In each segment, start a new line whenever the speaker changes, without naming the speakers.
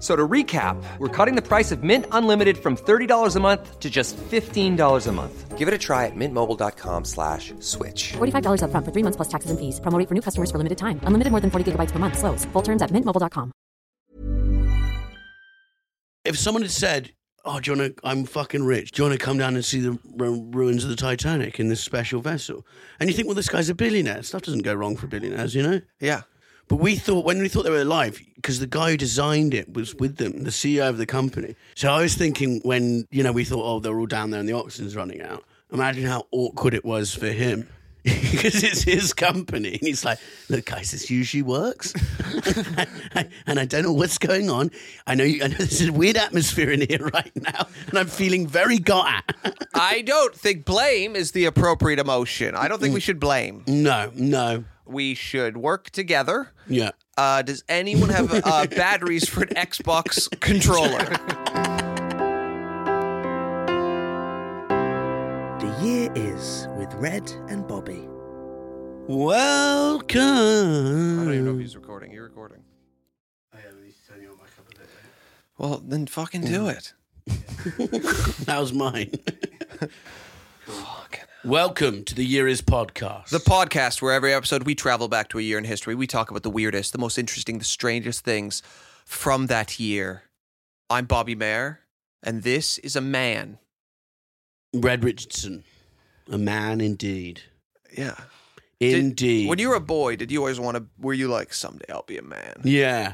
So to recap, we're cutting the price of Mint Unlimited from $30 a month to just $15 a month. Give it a try at mintmobile.com slash switch.
$45 up front for three months plus taxes and fees. Promo rate for new customers for limited time. Unlimited more than 40 gigabytes per month. Slows. Full terms at mintmobile.com.
If someone had said, "Oh, do you want to? I'm fucking rich. Do you want to come down and see the ru- ruins of the Titanic in this special vessel?" and you think, "Well, this guy's a billionaire. Stuff doesn't go wrong for billionaires, you know."
Yeah.
But we thought when we thought they were alive, because the guy who designed it was with them, the CEO of the company. So I was thinking when you know we thought, oh, they're all down there and the oxygen's running out. Imagine how awkward it was for him. Because it's his company, and he's like, "Look, guys, this usually works, and I don't know what's going on. I know, you, I know this is a weird atmosphere in here right now, and I'm feeling very got at.
I don't think blame is the appropriate emotion. I don't think we should blame.
no, no,
We should work together.
yeah,
Uh, does anyone have uh, batteries for an Xbox controller?
The Year Is with Red and Bobby.
welcome.
I don't even know if he's recording. You're recording. Well, then fucking do it.
That was mine. Welcome to the Year Is podcast.
The podcast where every episode we travel back to a year in history. We talk about the weirdest, the most interesting, the strangest things from that year. I'm Bobby Mayer, and this is a man.
Red Richardson, a man indeed,
Yeah. Did-
indeed.
when you were a boy, did you always want to? Were you like someday I'll be a man?
yeah,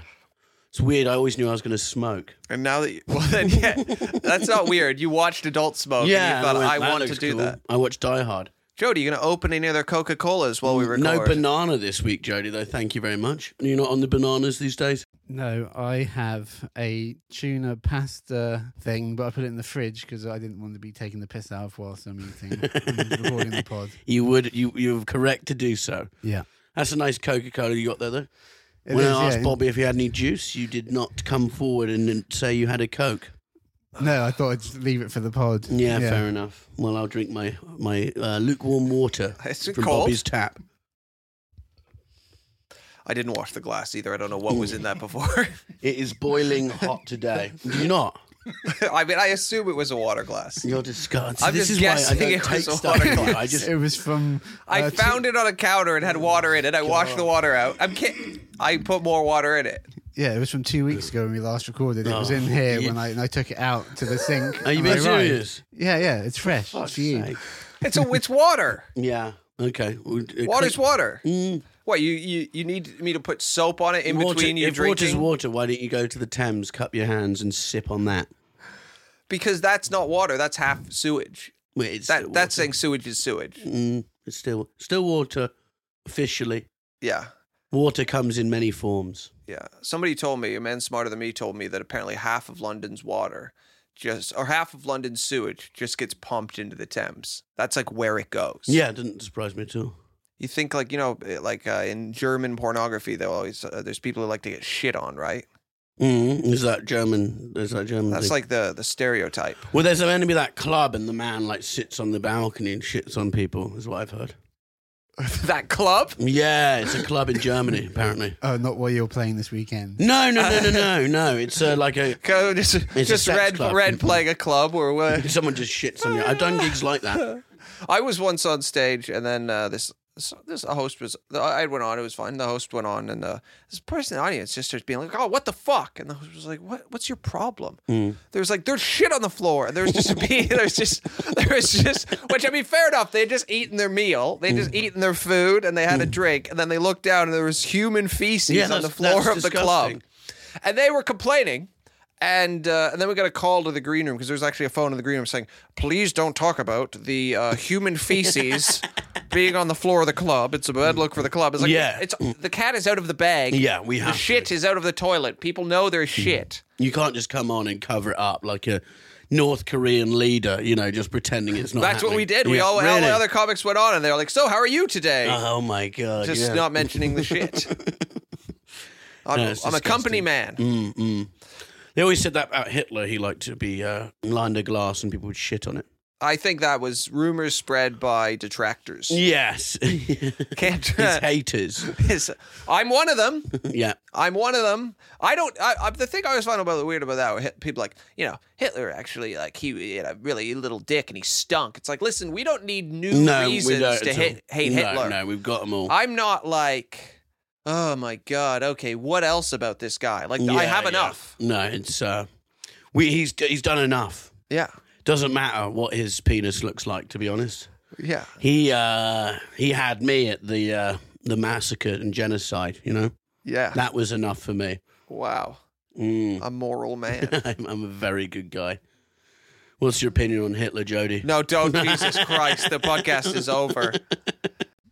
it's weird. I always knew I was going to smoke.
And now that you, well, then yeah, that's not weird. You watched Adult Smoke. and you thought I,
went, "That
want to
looks
do
cool."
that.
I watched Die Hard.
Jody, you gonna open any other Coca Colas while we record?
No banana this week, Jody. Though, thank you very much. You're not on the bananas these days.
No, I have a tuna pasta thing, but I put it in the fridge because I didn't want to be taking the piss out of whilst I'm eating and recording the pod.
You would. You you're correct to do so.
Yeah.
That's a nice Coca Cola you got there, though.
It
when
is,
I asked
yeah.
Bobby if he had any juice, you did not come forward and, and say you had a Coke.
No, I thought I'd just leave it for the pod.
Yeah, fair enough. Well, I'll drink my my uh, lukewarm water
Is it
from
cold?
Bobby's tap.
I didn't wash the glass either. I don't know what was in that before.
It is boiling hot today. Do you not?
I mean, I assume it was a water glass.
You're disgusted.
I'm
this
just
is
guessing
why I
it
don't take
was
stuff.
water
from you.
glass.
I just
It was from.
I
uh,
found it on a counter
Oh
and had water in it. I washed the water out. I'm kidding. I put more water in it.
Two, yeah, it was from two weeks ago when we last recorded. It was in here when I, and I took it out to the sink.
Oh, Are you
and
being
I arrived.
serious?
Yeah, yeah, it's fresh.
Fuck's
It's for you.
sake.
It's a it's water.
Yeah. Okay. Well, uh,
Water's
quick-
water.
Mm.
What you, you you need me to put soap on it in
Water-
between your
if water's
drinking?
water, why don't you go to the Thames, cup your hands, and sip on that?
because that's not water. That's half sewage.
Well, It's still
That that's
water.
saying sewage is sewage.
Mm, it's still still water. Officially,
Yeah.
water comes in many forms.
Yeah. Somebody told me, a man smarter than me told me that apparently half of London's water just or half of London's sewage just gets pumped into the Thames. That's like where it goes.
Yeah, it doesn't surprise me at all.
You think like, you know, eh, like uh, in German pornography, they always uh, there's people who like to get shit on, right?
Mm, is that German? Is that German?
That's
thing.
like the the stereotype.
Well, there's going to be that club, and the man like sits on the balcony and shits on people. Is what I've heard.
that club?
Yeah, it's a club in Germany apparently.
Oh, not while you're playing this weekend.
No, no, no, no, no, no. It's uh, like a
Go- Just,
a
just
sex
red
club.
red playing a club or what?
someone just shits on you. I've done gigs like that.
I was once on stage, and then uh, this this- this host was I went on. It was fine. The host went on, and uh, this person in the audience just starts being like, "Oh, what the fuck!" And the host was like, "What? What's your problem?"
Mm.
There was like, "There's shit on the floor." And there was just being, there's just there was just which I mean, fair enough. They had just eaten their meal. They had
Mm.
just eaten their food, and they had a drink, and then they looked down, and there was human feces
Yeah,
on the
that's-
floor of
that's
the club.
disgusting.
and they were complaining. And uh, and then we got a call to the green room because there was actually a phone in the green room saying, "Please don't talk about the uh, human feces being on the floor of the club. It's a bad look for the club." It's like
Yeah.
it's the cat is out of the bag.
Yeah, we
the
have to. Mm-hmm.
shit is out of the toilet. People know there's shit.
You can't just come on and cover it up like a North Korean leader, you know, just pretending it's not.
That's what
happening.
we did. We
Yeah,
all, all
really?
the other comics went on, and they were like, "So, how are you today?"
Oh my god!
Just
yeah.
not mentioning the shit. I'm,
No, it's
I'm a company
disgusting. Mm.
man.
They always said that about Hitler. He liked to be uh, lined a glass and people would shit on it.
I think that was rumors spread by detractors.
Yes, his
Can't.
haters.
His- I'm one of them.
Yeah,
I'm one of them. I don't. I, I, the thing I always find about weird about that, were hit- people like you know Hitler actually like he had a really little dick and he stunk. It's like listen, we don't need new
no, we
reasons
don't
to
at
hit,
all.
hate
no,
Hitler.
No, we've got them all.
I'm not like, oh my god, okay, what else about this guy? Like
Yeah,
I have
yeah.
enough.
No, it's uh, we. He's he's done enough.
Yeah,
Doesn't matter what his penis looks like. To be honest,
yeah.
he uh, he had me at the uh, the massacre and genocide. You know,
Yeah.
that was enough for me.
wow.
Mm.
A moral man.
I'm, I'm a very good guy. What's your opinion on Hitler, Jody?
no, don't. Jesus Christ. The podcast is over.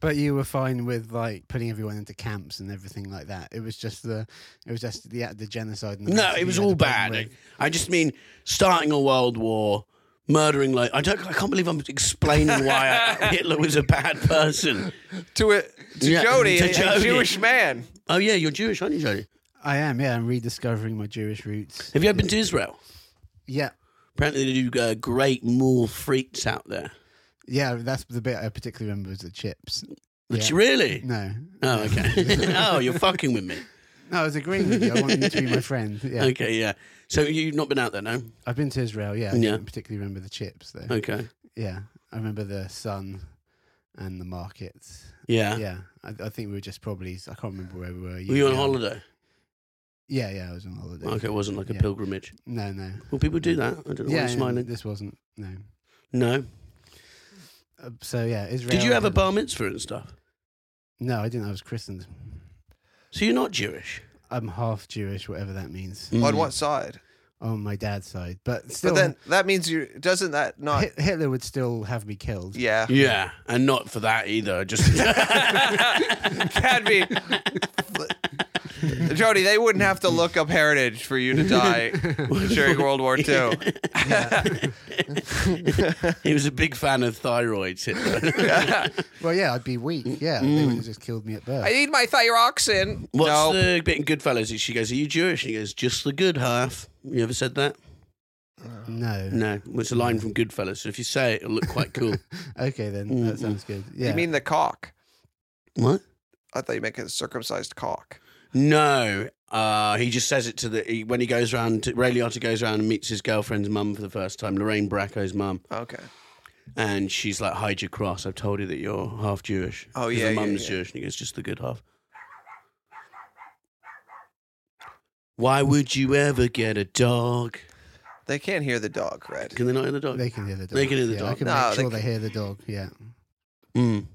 But you were fine with like putting everyone into camps and everything like that. It was just the, it was just the the genocide. And the
No,
massacre
it was
you had
all
a problem
bad.
with.
I just mean starting a world war, murdering like I don't. I can't believe I'm explaining why I, Hitler was a bad person.
To it to
Yeah,
Jody,
to
a- a
Jody.
Jewish man.
Oh yeah, you're Jewish, aren't you, Jody?
I am, yeah. I'm rediscovering my Jewish roots.
Have you ever been to Israel?
Yeah,
Apparently, they do uh, great mall freaks out there.
yeah. That's the bit I particularly remember was the chips.
Which
Yeah.
really?
No,
Oh, okay. oh, you're fucking with me.
no. I was agreeing with you. I want you to be my friend. Yeah,
Okay, yeah. So you've not been out there, no?
I've been to Israel. Yeah, I
Yeah.
don't particularly remember the chips though.
Okay.
Yeah, I remember the sun and the markets.
Yeah.
Yeah, I, I think we were just probably. I can't remember where we were.
Were you on
young.
holiday?
Yeah, yeah. I was on holiday.
Okay, it wasn't like a
Yeah.
pilgrimage.
No, no.
Well, people do that. I don't know why
Yeah,
you're
yeah,
smiling.
this wasn't no.
No.
Uh, so yeah, Israel.
Did you have a
and-
bar mitzvah and stuff?
No, I didn't. I was christened.
So you're not Jewish?
I'm half Jewish, whatever that means,
Mm.
On what side?
on my dad's side. But still,
But then that means you doesn't that not
Hit- Hitler would still have me killed.
Yeah.
uh, Yeah, and not for that either. Just
Can be Jody, they wouldn't have to look up heritage for you to die during World War II.
he was a big fan of thyroid. Hitler.
Well, yeah, I'd be weak.
Mm.
Yeah, they would have just killed me at birth.
I need my thyroxin.
What's
no.
the bit in Goodfellas? She goes, "Are you Jewish?" And he goes, "Just the good half." You ever said that?
no.
No, well, it's a line from Goodfellas. So if you say it, it'll look quite cool.
Okay, then that sounds good. Yeah.
You mean the cock?
what?
I thought you meant a circumcised cock.
No, uh, he just says it to the he, when he goes round. To, Ray Liotta goes round and meets his girlfriend's mum for the first time, Lorraine Bracco's mum,
Okay.
and she's like, "Hide your cross. I've told you that you're half Jewish."
Oh,
'Cause
yeah,
her
yeah,
mum's
yeah.
Jewish, and he goes, "Just the good half." Why would you ever get a dog?
They can't hear the dog, Red.
Can they not hear the dog?
They can hear the dog.
They can hear the
yeah, I
dog.
can
No,
make
they
sure they
can-
hear the dog. Yeah.
Mm.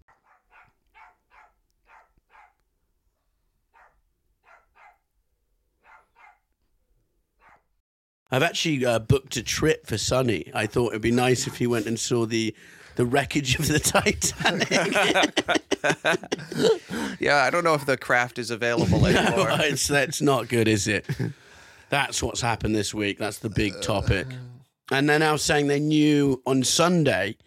I've actually uh, booked a trip for Sonny. I thought it'd be nice if he went and saw the the wreckage of the Titanic.
Yeah, I don't know if the craft is available anymore.
no, it's that's not good, is it? That's what's happened this week. That's the
Uh,
big topic. And they're now saying they knew on Sunday.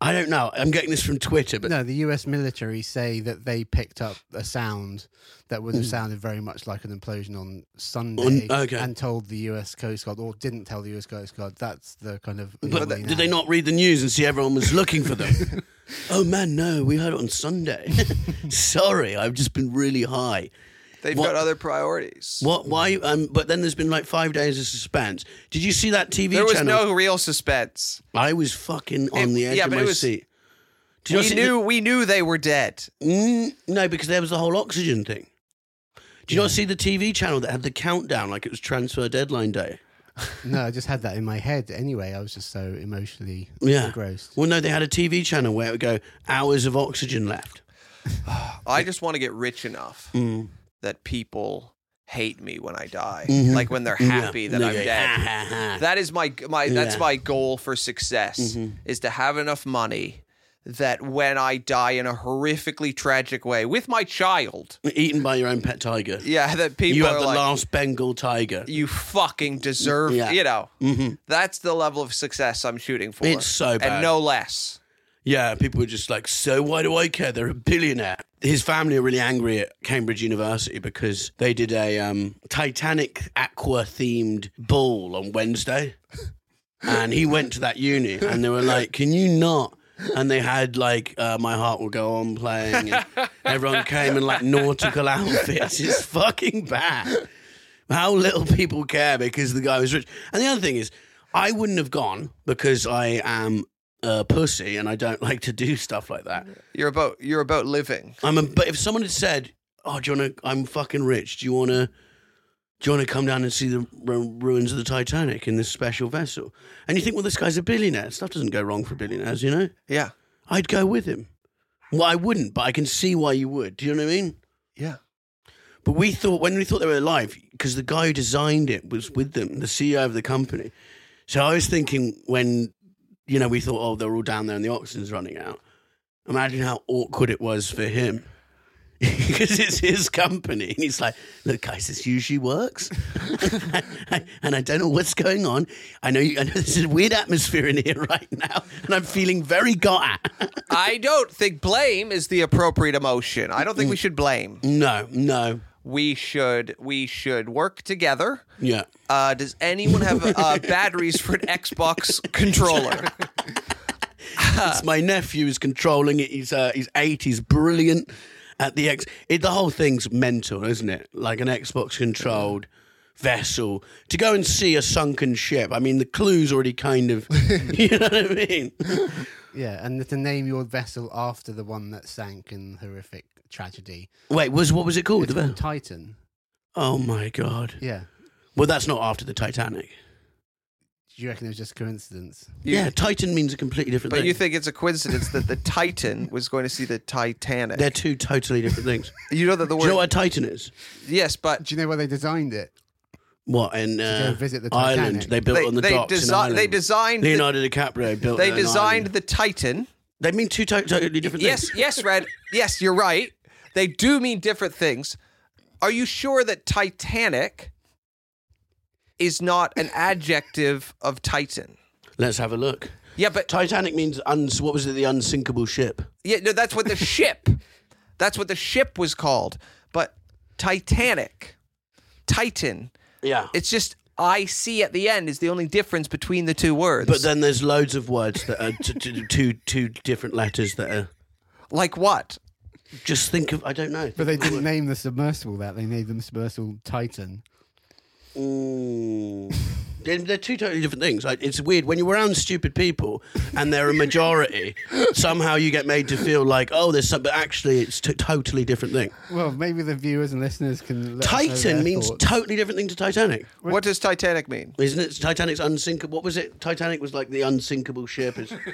I don't know. I'm getting this from Twitter, but
No, the U.S. military say that they picked up a sound that would have sounded very much like an implosion on Sunday,
Hmm. On- okay.
and told the U.S. Coast Guard, or didn't tell the U.S. Coast Guard. That's the kind of.
But
anomaly
did
now.
they not read the news and see everyone was looking for them? oh man, no, we heard it on Sunday. Sorry, I've just been really high.
They've
What-
got other priorities.
What? Why? Um, but then there's been like five days of suspense. Did you see that TV
there was
channel?
no real suspense.
I was fucking on
It-
the edge
yeah,
of
but
my
it was-
seat. Did you
We
see
knew we knew they were dead.
the- Mm, no, because there was the whole oxygen thing. Did you not see the TV channel that had the countdown like it was transfer deadline day?
No, I just had that in my head anyway. I was just so emotionally
Yeah.
engrossed.
Well, no, they had a TV channel where it would go hours of oxygen left.
I just want to get rich enough
Mm.
that people hate me when I die.
Mhm.
Like when they're
Yeah.
happy that
Yeah,
I'm
yeah.
dead.
Ha, ha, ha.
That is my my that's
Yeah. Mm-hmm.
my goal for success is to have enough money that when I die in a horrifically tragic way with my child,
Eaten by your own pet tiger.
yeah, that people
you have
are
the
like
last Bengal tiger.
you fucking deserve,
Yeah.
you know.
Mhm.
That's the level of success I'm shooting for.
It's so bad.
And no less.
Yeah, people were just like, so why do I care? They're a billionaire. His family are really angry at Cambridge University because they did a um, Titanic Aqua themed ball on Wednesday. And he went to that uni and they were like, can you not? And they had like, uh, My Heart Will Go On playing. And everyone came in like nautical outfits. It's fucking bad how little people care because the guy was rich. And the other thing is, I wouldn't have gone because I am a pussy and I don't like to do stuff like that.
You're about you're about living.
I'm a, but if someone had said, "Oh, do you want to? I'm fucking rich. Do you want to? Do you want to come down and see the ru- ruins of the Titanic in this special vessel?" And you think, "Well, this guy's a billionaire. Stuff doesn't go wrong for billionaires, you know."
Yeah.
I'd go with him. Well, I wouldn't, but I can see why you would. Do you know what I mean?
Yeah.
But we thought when we thought they were alive, because the guy who designed it was with them, the CEO of the company. So I was thinking when, you know, we thought, oh, they're all down there and the oxygen's running out. Imagine how awkward it was for him. Because it's his company. And he's like, look, guys, this usually works. and I don't know what's going on. I know, you, I know this is a weird atmosphere in here right now. And I'm feeling very got at.
I don't think blame is the appropriate emotion. I don't think we should blame.
no, no.
We should we should work together.
Yeah.
Uh, does anyone have uh, batteries for an Xbox controller?
It's my nephew is controlling it. He's uh, he's eight. He's brilliant at the X. It, the whole thing's mental, isn't it? Like an Xbox controlled vessel to go and see a sunken ship. I mean, the clue's already kind of. you know what I mean?
Yeah, and to name your vessel after the one that sank in horrific tragedy.
Wait, was what was it called?
It's
The
called
ve-
Titan.
oh my god!
Yeah.
Well, that's not after the Titanic.
Do you reckon it was just coincidence?
You-
yeah, Titan means a completely different
But
thing.
you think it's a coincidence that the Titan was going to see the Titanic?
they're two totally different things.
you know that the
Do
word
you know what a Titan is?
yes, but
Do you know why they designed it?
What in uh,
go visit the
Ireland?
Titanic.
They built
They-
on the
they
docks in
desi-
Ireland.
they designed the-
Leonardo DiCaprio built.
they
an
designed
island.
the Titan.
They mean two to- totally different
Yes,
things.
yes, Red. Yes, you're right. They do mean different things. Are you sure that Titanic is not an adjective of Titan?
Let's have a look.
Yeah, but
Titanic means uns- what was it? The unsinkable ship.
yeah, no, that's what the ship. That's what the ship was called. But Titanic, Titan.
Yeah.
It's just I see at the end is the only difference between the two words.
but then there's loads of words that are t- t- two two different letters that are.
like what?
Just think of I don't know.
But they didn't name the submersible that. They named the submersible Titan.
Mm. They're, they're two totally different things. Like, it's weird when you're around stupid people and they're a majority. somehow you get made to feel like oh, there's something. But actually, it's t- totally different thing.
Well, maybe the viewers and listeners can. Let us know
Titan
their
means
thoughts.
totally different thing to Titanic.
What does Titanic mean?
Isn't it Titanic's unsinkable? What was it? Titanic was like the unsinkable ship. It's-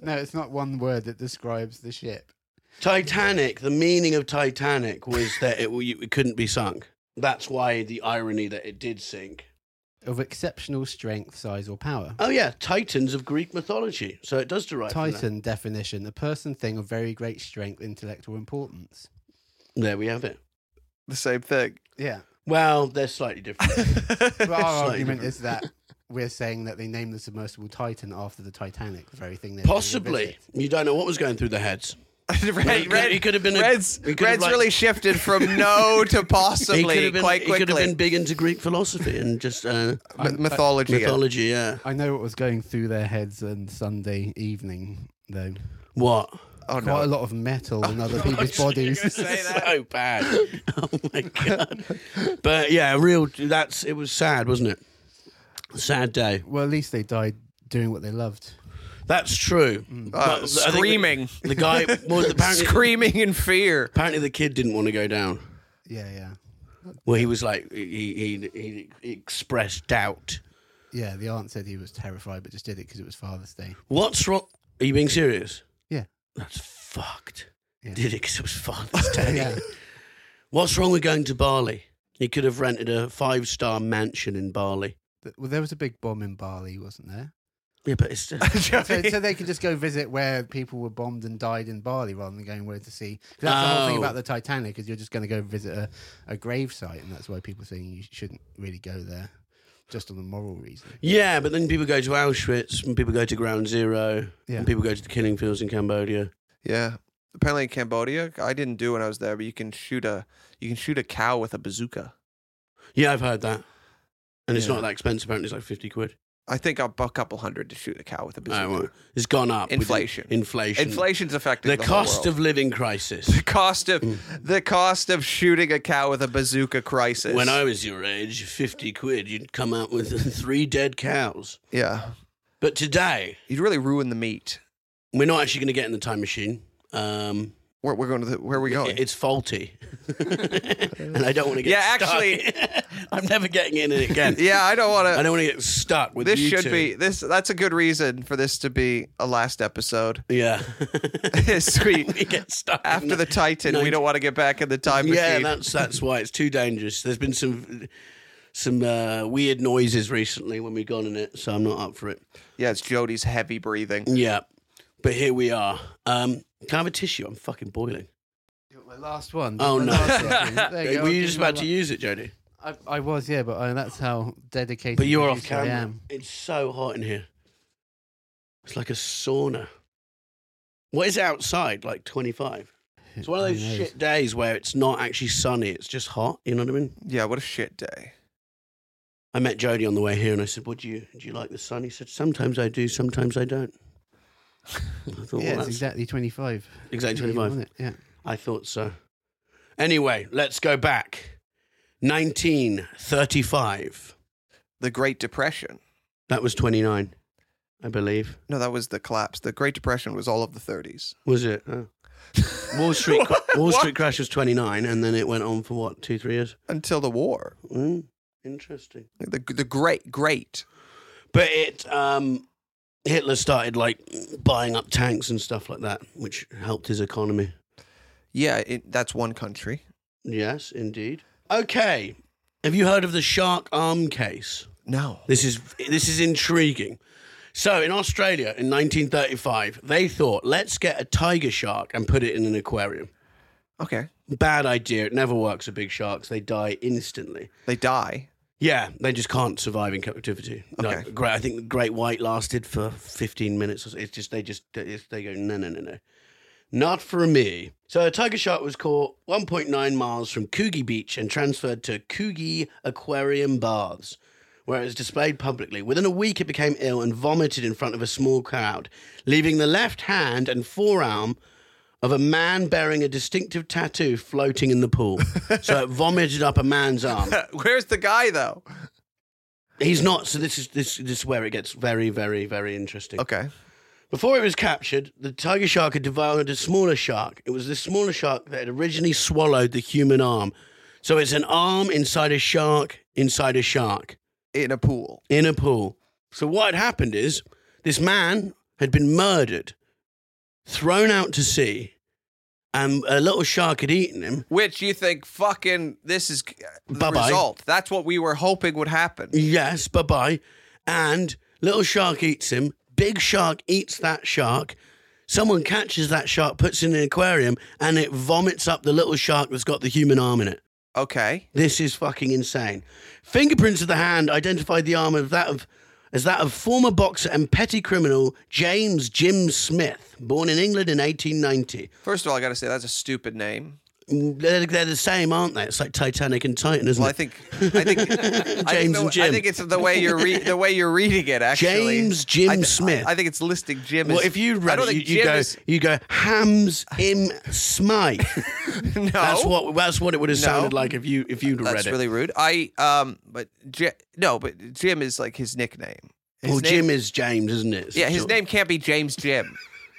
no, it's not one word that describes the ship.
Titanic, the meaning of Titanic was that it, you- it couldn't be sunk. That's why the irony that it did sink.
Of exceptional strength, size, or power.
Oh, yeah, Titans of Greek mythology. So it does derive from that.
Titan definition: a person, thing of very great strength, intellect, or importance.
There we have it.
The same thing.
Yeah,
Well, they're slightly different.
but our
Slightly
argument
different.
is that we're saying that they named the submersible Titan after the Titanic, the very thing. They
Possibly. You don't know what was going through the heads.
Red,
could- he could have been a-
Red's,
he could have
Red's
like-
really shifted from no to
He
possibly
could have been,
quite
he could have
quickly.
been big into Greek philosophy and just uh,
M- mythology.
mythology, yeah.
I know what was going through their heads on Sunday evening, though.
What?
Oh no!
Quite a lot of metal in other people's bodies.
so bad. oh my god. But yeah, real. That's it was sad, wasn't it? Sad day.
Well, at least they died doing what they loved.
That's true.
Uh,
But I think the-
screaming,
The, guy well, apparently
screaming in fear.
apparently the kid didn't want to go down.
Yeah, yeah,
Well, he was like he he, he expressed doubt.
yeah. The aunt said he was terrified, but just did it because it was Father's Day.
What's wrong? Are you being serious?
Yeah,
That's fucked.
Yeah.
Did it because it was Father's Day.
yeah.
What's wrong with going to Bali? He could have rented a five star mansion in Bali.
Th- Well, there was a big bomb in Bali, wasn't there?
Yeah, but it's
So, so they could just go visit where people were bombed and died in Bali rather than going where to see. 'cause That's the whole thing
Oh.
about the Titanic is you're just going to go visit a, a grave site, and that's why people saying you shouldn't really go there, just on the moral reason.
yeah, but then people go to Auschwitz and people go to Ground Zero
Yeah.
and people go to the killing fields in Cambodia.
Yeah. Apparently in Cambodia, I didn't do when I was there, but you can shoot a you can shoot a cow with a bazooka.
Yeah, I've heard that. And it's
Yeah.
not that expensive. Apparently, it's like fifty quid.
I think a bu- couple hundred to shoot a cow with a bazooka.
Oh, well, it's gone up. with
Inflation.
Inflation.
Inflation's affecting
The,
the,
cost
whole
of Mm.
world.
living crisis.
the cost of the cost of shooting a cow with a bazooka crisis.
When I was your age, fifty quid, you'd come out with three dead cows.
yeah,
But today,
you'd really ruin the meat.
we're not actually going to get in the time machine. Um,
Where we're going to the, where are we going?
It's faulty, and I don't want to get.
Yeah,
stuck.
actually-
I'm never getting in it again.
yeah, I don't want
I
to.
don't want to get stuck with
This
you
should
two.
be this. That's a good reason for this to be a last episode.
Yeah,
Sweet.
we get stuck in
After the Titan, we
Nin-
don't want to get back in the time machine.
Yeah, that's that's why it's too dangerous. There's been some some uh, weird noises recently when we've gone in it, so I'm not up for it.
yeah, it's Jody's heavy breathing.
Yeah, but here we are. Um, can I have a tissue? I'm fucking boiling.
My last one.
Oh,
my
no.
last one. There you go,
Were
I'll
you
give
just
my
about to
la-
use it, Jody?
I, I was, yeah, but I, that's how dedicated.
But you're off
producer I
camera.
am.
It's so hot in here. It's like a sauna. What is it outside? Like 25. It's one of those
Who knows?
shit days where it's not actually sunny. It's just hot. You know what I mean?
Yeah, what a shit day.
I met Jody on the way here, and I said, "What do you do? You like the sun?" He said, "Sometimes I do. Sometimes I don't." I thought,
Yeah,
well,
it's
that's exactly,
exactly twenty five.
25.
Yeah.
I thought so. Anyway, let's go back. 1935.
The Great Depression.
That was 29, I believe.
No, that was the collapse. The Great Depression was all of the 30s.
Was it? Oh. Wall Street Wall Street crash was 29, and then it went on for what two, three years?
until the war.
Mm, interesting.
The the great great.
But it um, Hitler started like buying up tanks and stuff like that, which helped his economy.
Yeah, it, that's one country.
Yes, indeed. Okay. Have you heard of the shark arm case?
No.
This is this is intriguing. So in Australia in 1935, they thought, let's get a tiger shark and put it in an aquarium.
Okay.
Bad idea. It never works with big sharks. They die instantly.
They die.
Yeah, they just can't survive in captivity. Like,
Okay.
great. I think the great white lasted for 15 minutes. Or so. It's just they just it's, they go no no no no, not for me. So a tiger shark was caught 1.9 miles from Coogee Beach and transferred to Coogee Aquarium Baths, where it was displayed publicly. Within a week, it became ill and vomited in front of a small crowd, leaving the left hand and forearm. Of a man bearing a distinctive tattoo floating in the pool. so it vomited up a man's arm.
Where's the guy though?
He's not. So this is this this is where it gets very, very, very interesting.
Okay.
Before it was captured, the tiger shark had devoured a smaller shark. It was this smaller shark that had originally swallowed the human arm. So it's an arm inside a shark, inside a shark,
In a pool.
in a pool. So what had happened is this man had been murdered, thrown out to sea, and a little shark had eaten him.
Which you think fucking this is the
Bye-bye.
result. That's what we were hoping would happen.
Yes, bye bye. And little shark eats him. Big shark eats that shark. Someone catches that shark, puts it in an aquarium, and it vomits up the little shark that's got the human arm in it.
Okay.
This is fucking insane. Fingerprints of the hand identified the arm of that of as that of former boxer and petty criminal James Jim Smith, born in England in 1890.
First of all, I got to say that's a stupid name.
Mm, They're, they're the same, aren't they? It's like Titanic and Titan, isn't
Well,
it?
I think I think I think,
James
the,
and Jim.
I think it's the way you're re- the way you're reading it actually.
James Jim
I thi-
Smith.
I, think it's listing Jim
Well,
as-
if you
I
read
don't
it, you,
think
you
Jim
go,
is-
you go, Hams im Smythe.
no.
That's what that's what it would have
No.
sounded like if you if you'd read
That's
it.
really rude. I um, but J- no, but Jim is like his nickname. His
well,
name-
Jim is James, isn't it?
Yeah, his
Sure.
name can't be James Jim.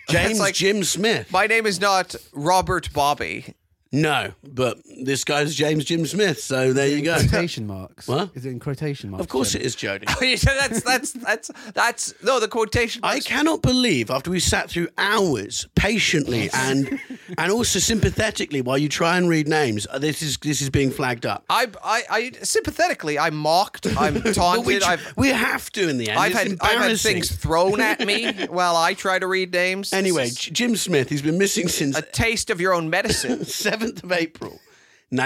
That's
James
like-
Jim Smith.
My name is not Robert Bobby.
No, but this guy's James Jim Smith. So there you go.
Quotation marks.
What?
Is it in quotation marks?
Of course
Jim?
it is, Jody.
Oh, Yeah, that's that's that's that's no the quotation.
I
marks-
cannot believe after we sat through hours patiently and and also sympathetically, while you try and read names, uh, this is this is being flagged up.
I, I, I sympathetically, I mocked, I'm
But we,
taunted,
tr-
I've,
we have to in the end.
I've
It's
had, I've had
embarrassing.
things thrown at me while I try to read names.
Anyway,
It's
J- Jim Smith, he's been missing since
a taste of your own medicine.
7th of April,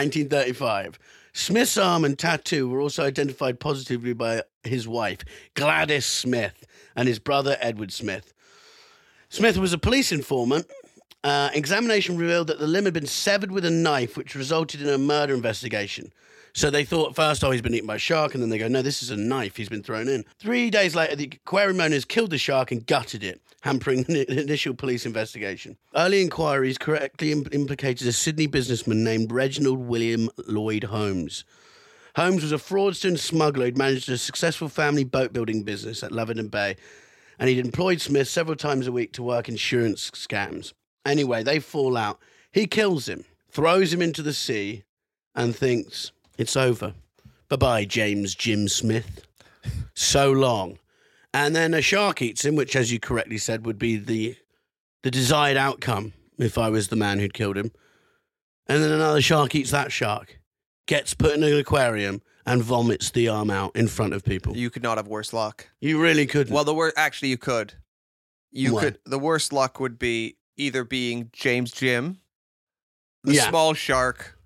1935. Smith's arm and tattoo were also identified positively by his wife, Gladys Smith, and his brother, Edward Smith. Smith was a police informant. Uh, examination revealed that the limb had been severed with a knife, which resulted in a murder investigation. So they thought at first, oh, he's been eaten by a shark, and then they go, no, this is a knife he's been thrown in. Three days later, the aquarium owners killed the shark and gutted it, hampering the initial police investigation. Early inquiries correctly im- implicated a Sydney businessman named Reginald William Lloyd Holmes. Holmes was a fraudster and smuggler who'd managed a successful family boat building business at Lavender Bay, and he'd employed Smith several times a week to work insurance scams. Anyway, they fall out. He kills him, throws him into the sea, and thinks, it's over. Bye bye, James Jim Smith. So long. And then a shark eats him, which, as you correctly said, would be the, the desired outcome if I was the man who'd killed him. And then another shark eats that shark gets put in an aquarium and vomits the arm out in front of people. You,
You could not have worse luck.
really couldn't.
Well, the worst actually you could. You
What?
could. The worst luck would be either being James Jim, the
Yeah.
small shark,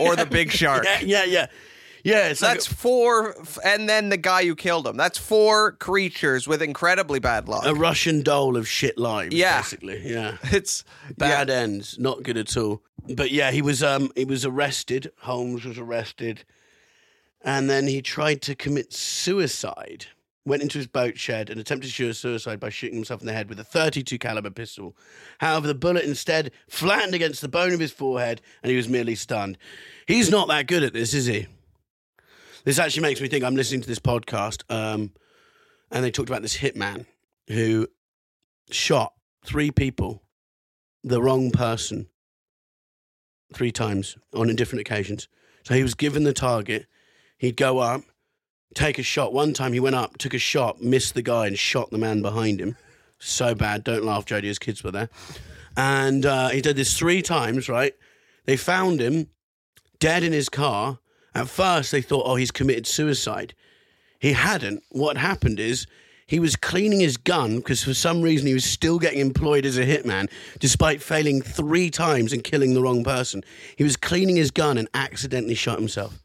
or the big shark.
Yeah, yeah, yeah. Yeah, it's
That's four, f- and then the guy who killed him. That's four creatures with incredibly bad luck.
like a, a Russian doll of shit lives,
Yeah.
basically. Yeah.
it's
Bad ends, not good at all. But yeah, he was um he was arrested. Holmes was arrested. And then he tried to commit suicide. Went into his boat shed and attempted to suicide by shooting himself in the head with a 32 caliber pistol. However, the bullet instead flattened against the bone of his forehead and he was merely stunned. He's not that good at this, is he? This actually makes me think I'm listening to this podcast um and they talked about this hitman who shot three people the wrong person three times on different occasions. So he was given the target. He'd go up, take a shot. One time he went up, took a shot, missed the guy, and shot the man behind him. So bad. Don't laugh, Jody. His kids were there. And uh, he did this three times, right? They found him dead in his car. At first, they thought, oh, he's committed suicide. He hadn't. What happened is he was cleaning his gun because for some reason he was still getting employed as a hitman despite failing three times and killing the wrong person. He was cleaning his gun and accidentally shot himself.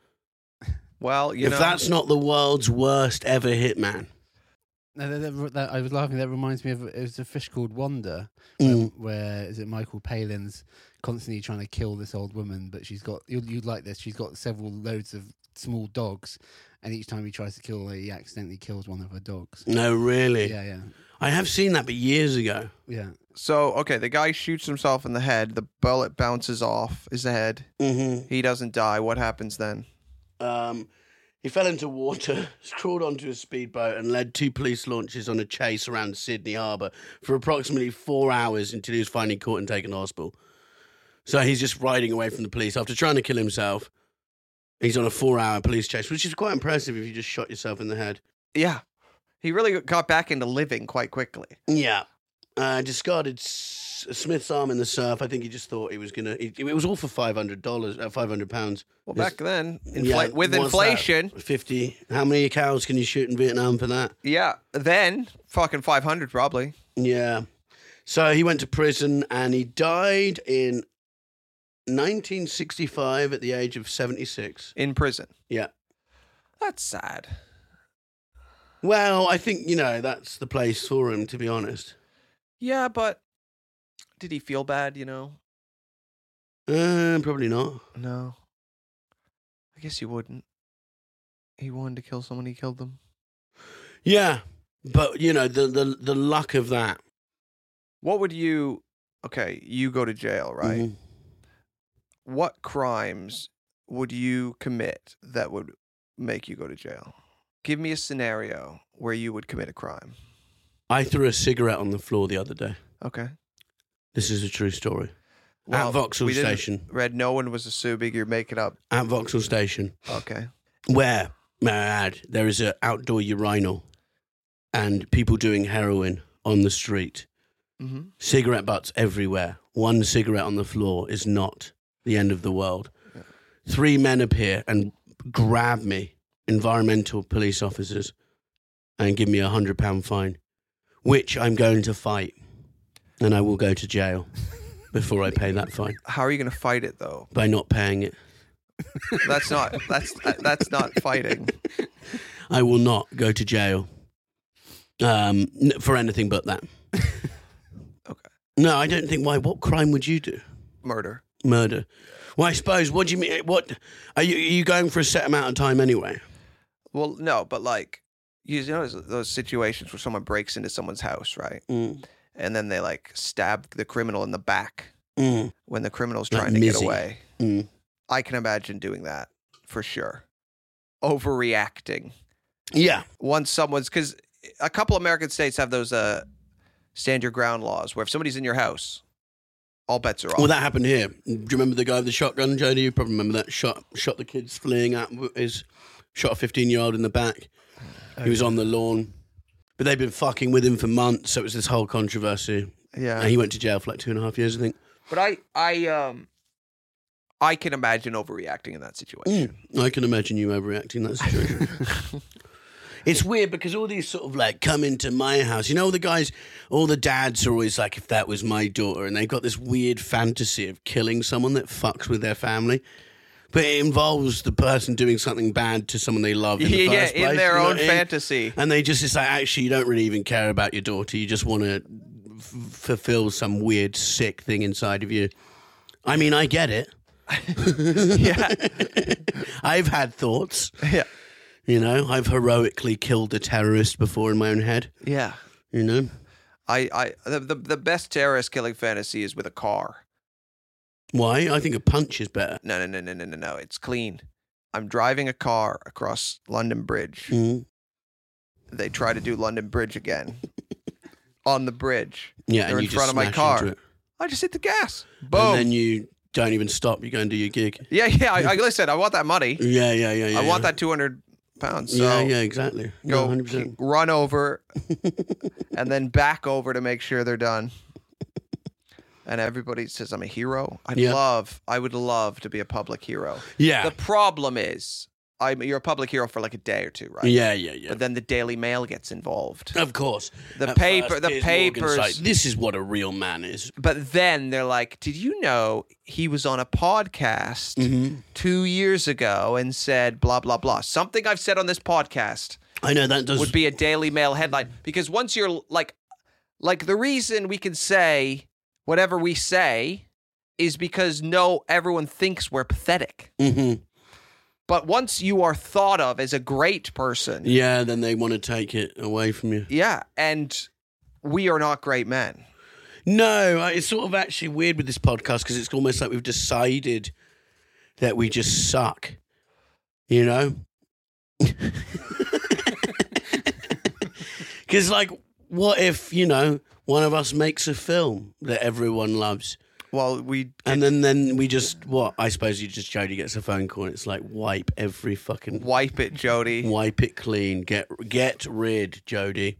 well, you
if
know,
that's not the world's worst ever hitman.
No, that, that, that, I was laughing. That reminds me of it was a fish called Wanda, um,
Mm.
where is it? Michael Palin's constantly trying to kill this old woman, but she's got you, you'd like this. She's got several loads of small dogs, and each time he tries to kill her, he accidentally kills one of her dogs.
No, really.
Yeah, yeah,
I have seen that, but years ago.
yeah.
so okay. The guy shoots himself in the head. The bullet bounces off his head.
Mm-hmm.
He doesn't die. What happens then?
Um, he fell into water, crawled onto a speedboat, and led two police launches on a chase around Sydney Harbour for approximately four hours until he was finally caught and taken to hospital. So he's just riding away from the police after trying to kill himself. He's on a four-hour police chase, which is quite impressive if you just shot yourself in the head.
Yeah, he really got back into living quite quickly.
Yeah. Uh, discarded S- Smith's arm in the surf. I think he just thought he was gonna. It, it was all for five hundred dollars, uh, five hundred pounds.
Well,
Yes.
back then, infl-
Yeah,
with
what's that?
inflation,
fifty. How many cows can you shoot in Vietnam for that?
yeah, then fucking 500 probably.
Yeah. So he went to prison and he died in 1965 at the age of 76.
in prison.
Yeah.
That's sad.
Well, I think, you know, that's the place for him, to be honest.
Yeah, but did he feel bad, you know?
Uh, probably not.
No. I guess he wouldn't. He wanted to kill someone, he killed them.
Yeah. But, you know, the, the, the luck of that.
What would you Okay, you go to jail, right?
Mhm. Mm-hmm.
What crimes would you commit that would make you go to jail? Give me a scenario where you would commit a crime.
I threw a cigarette on the floor the other day.
Okay.
This is a true story. at Vauxhall
we didn't-
Station.
Red, no one was assuming you're making up.
At Vauxhall Station.
Okay.
where, may I add, there is an outdoor urinal and people doing heroin on the street.
Mm-hmm.
Cigarette butts everywhere. One cigarette on the floor is not the end of the world. Three men appear and grab me, environmental police officers, and give me a hundred pound fine, which I'm going to fight, and I will go to jail before I pay that fine
How are you going to fight it though?
by not paying it.
That's not that's that's not fighting.
I will not go to jail um, n- for anything but that.
Okay.
No, I don't think. Why? What crime would you do?
Murder.
Murder. Well, I suppose. What do you mean? eh, What are you? Are you going for a set amount of time anyway?
Well, no, but like you know those- those situations where someone breaks into someone's house, right?
Mm.
And then they like stab the criminal in the back
Mm.
when the criminal's
Like
trying to
Mizzy.
get away.
Mm.
I can imagine doing that for sure. Overreacting.
Yeah.
once someone's because a couple American states have those uh, stand your ground laws where if somebody's in your house, all bets are off.
Well, that happened here. Do you remember the guy with the shotgun, Jody? You probably remember that. Shot shot the kids fleeing out. w- His shot a fifteen year old in the back. He was on the lawn, but they've been fucking with him for months. So it was this whole controversy.
yeah,
And he went to jail for like two and a half years, I think.
but I, I, um, I can imagine overreacting in that situation.
Mm, I can imagine you overreacting. That's true. it's weird because all these sort of like come into my house. You know, all the guys, all the dads are always like, if that was my daughter, and they've got this weird fantasy of killing someone that fucks with their family. But it involves the person doing something bad to someone they love in the
Yeah,
first
in
place.
their
you know
own
what I mean?
fantasy.
And they just, it's like, actually, you don't really even care about your daughter. You just want to f- fulfill some weird, sick thing inside of you. I mean, I get it.
yeah,
I've had thoughts.
yeah,
You know, I've heroically killed a terrorist before in my own head.
yeah.
You know,
I, I, the, the, the best terrorist killing fantasy is with a car.
why? I think a punch is better.
No, no, no, no, no, no, no. It's clean. I'm driving a car across London Bridge.
Mm.
They try to do London Bridge again. On the bridge,
Yeah,
they're
and
in
you
front
just
of my
smash
car.
into it.
I just hit the gas.
and
Boom.
then you don't even stop. You go and do your gig.
yeah, yeah. I, I listen. I want that money.
Yeah, yeah, yeah. yeah
I want
yeah.
that two hundred pounds. So
yeah, yeah, exactly.
go
No, hundred percent.
run over, and then back over to make sure they're done. And everybody says I'm a hero. I would
Yeah.
love. I would love to be a public hero.
Yeah,
The problem is, I'm you're a public hero for like a day or two, right?
yeah, yeah, yeah.
But then the Daily Mail gets involved.
Of course,
The
At
paper-
first,
the
Piers Morgan's
papers-
like, this is what a real man is.
But then they're like, "Did you know he was on a podcast
Mm.
two years ago and said blah blah blah? Something I've said on this podcast
I know that does.
would be a Daily Mail headline because once you're like, like the reason we can say whatever we say is because no, everyone thinks we're pathetic.
Mhm.
But once you are thought of as a great person,
Yeah, then they want to take it away from you.
yeah, and we are not great men.
No, uh, it's sort of actually weird with this podcast because it's almost like we've decided that we just suck. You know? Because, like, what if, you know, one of us makes a film that everyone loves?
Well, we
And then, then we just, what? I suppose you just, Jody gets a phone call and it's like, wipe every fucking,
wipe it, Jody.
wipe it clean. Get, get rid, Jody.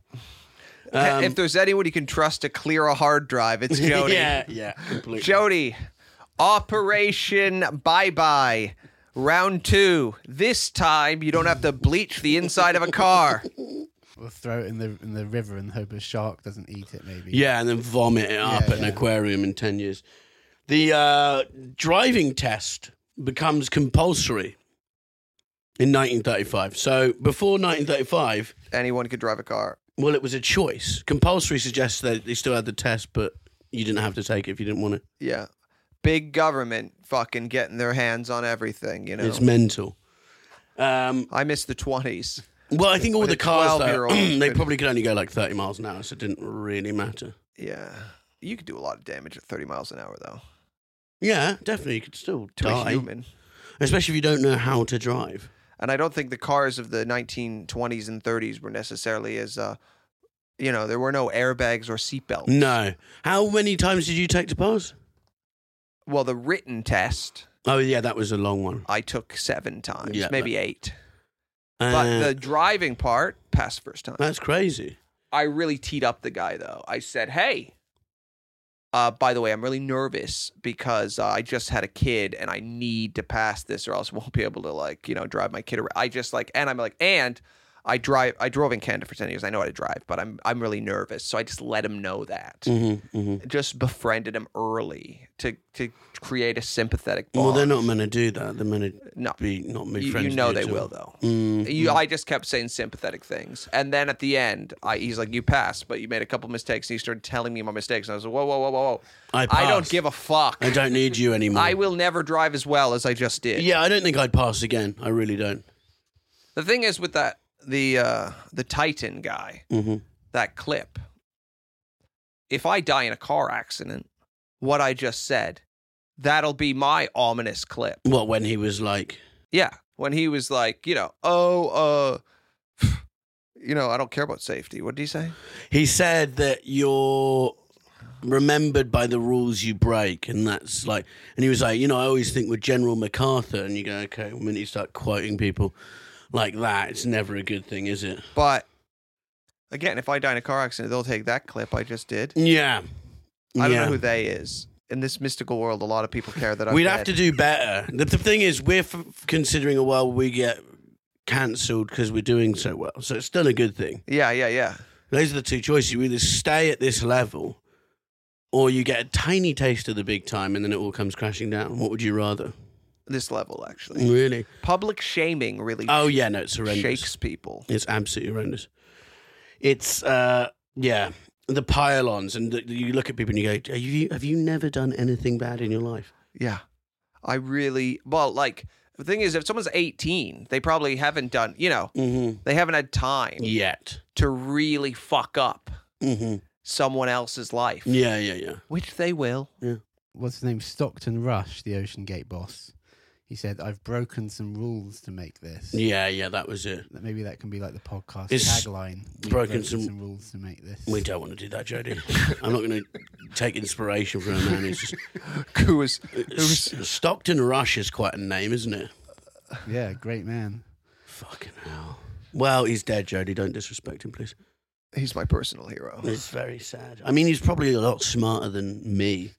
Um,
if there's anyone you can trust to clear a hard drive, it's Jody.
yeah, yeah, completely.
Jody, Operation Bye Bye, round two. This time you don't have to bleach the inside of a car.
Or throw it in the in the river and hope a shark doesn't eat it. Maybe.
Yeah, and then vomit it up at an aquarium in 10 years. The uh, driving test becomes compulsory in 1935. So before 1935,
Anyone could drive a car.
well, it was a choice. Compulsory suggests that they still had the test, but you didn't have to take it if you didn't want it.
Yeah. Big government fucking getting their hands on everything, you know.
It's mental. Um,
I miss the 20s.
well, I think all
When
the
a
cars, though,
12-year-old
they
could-
probably could only go like 30 miles an hour, so it didn't really matter.
Yeah. You could do a lot of damage at 30 miles an hour, though.
Yeah, definitely. You could still
To a
die,
human.
especially if you don't know how to drive.
And I don't think the cars of the 1920s and 30s were necessarily as, uh, you know, there were no airbags or seatbelts.
No. How many times did you take to pass?
Well, the written test
Oh yeah, that was a long one.
I took seven times,
Yeah,
maybe eight.
Uh,
But the driving part passed first time.
that's crazy.
I really teed up the guy though. I said, "Hey, uh, by the way, I'm really nervous because uh, I just had a kid and I need to pass this or else I won't be able to like, you know, drive my kid around. I just like, and I'm like, and I drive, I drove in Canada for 10 years. I know how to drive, but I'm, I'm really nervous. So I just let him know that.
Mm-hmm,
Just befriended him early to, to create a sympathetic bond.
Well, they're not meant to do that. They're meant to
No.
be not be
You,
friends.
you
with
know
you Mm-hmm.
they
at all.
will though. You, I just kept saying sympathetic things, and then at the end, I, he's like, "You passed, but you made a couple mistakes." And he started telling me my mistakes, and I was like, "Whoa, whoa, whoa, whoa, whoa!
I
don't
passed.
give a fuck.
I don't need you anymore.
I will never drive as well as I just did."
Yeah, I don't think I'd pass again. I really don't.
The thing is with that the uh, the Titan guy, that clip. If I die in a car accident, what I just said, that'll be my ominous clip.
What when he was like,
Yeah, when he was like, you know, oh, uh, you know, I don't care about safety. What did he say?
he said that you're remembered by the rules you break, and that's like, and he was like, you know, I always think with General MacArthur, and you go, okay, when you start quoting people like that, it's never a good thing, is it?
But again, if I die in a car accident, they'll take that clip I just did.
Yeah,
I don't
Yeah.
know who they is. In this mystical world, a lot of people care that I'm
We'd
dead.
have to do better. The, the thing is, we're f- considering a world we get cancelled because we're doing so well. So it's still a good thing.
Yeah, yeah, yeah.
Those are the two choices. You either stay at this level or you get a tiny taste of the big time and then it all comes crashing down. What would you rather?
This level, actually.
Really?
Public shaming really
Mm. Oh, yeah, no, it's horrendous.
shakes people.
It's absolutely horrendous. It's, uh, yeah, the pylons. And the, you look at people and you go, have you, have you never done anything bad in your life?
Yeah. I really, well, like, the thing is, if someone's 18, they probably haven't done, you know,
Mm-hmm.
they haven't had time
Yet.
to really fuck up
Mm-hmm.
someone else's life,
Yeah, yeah, yeah.
which they will.
what's his name Stockton Rush, the Ocean Gate boss. He said, "I've broken some rules to make this."
Yeah, yeah, that was it.
That maybe that can be like the podcast
It's
tagline. "We've
broken some-
rules to make this.
We don't want to do that, Jody. I'm not going to take inspiration from a man who's just.
Who was,
S- Stockton Rush is quite a name, isn't it?
yeah, great man.
Fucking hell. Well, he's dead, Jody. Don't disrespect him, please.
he's my personal hero.
Oh, It's very sad. I mean, he's probably a lot smarter than me.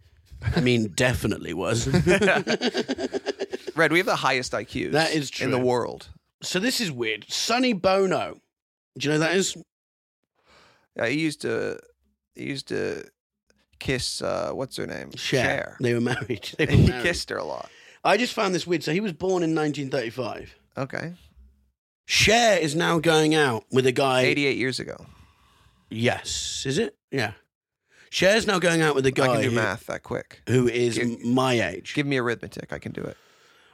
I mean, definitely was.
Red, we have the highest IQs
That is
in the
true.
world.
so this is weird. Sonny Bono. Do you know who that is?
Uh, he used to he used to kiss uh, what's her name?
Cher. They were married. They were
He
married.
kissed her a lot.
I just found this weird. So he was born in 1935.
Okay,
Cher is now going out with a guy.
eighty-eight years ago.
Yes, is it? Yeah. Cher's now going out with a
I
guy
can do
who-
math that quick.
who is
Give-
m- my age.
Give me arithmetic. I can do it.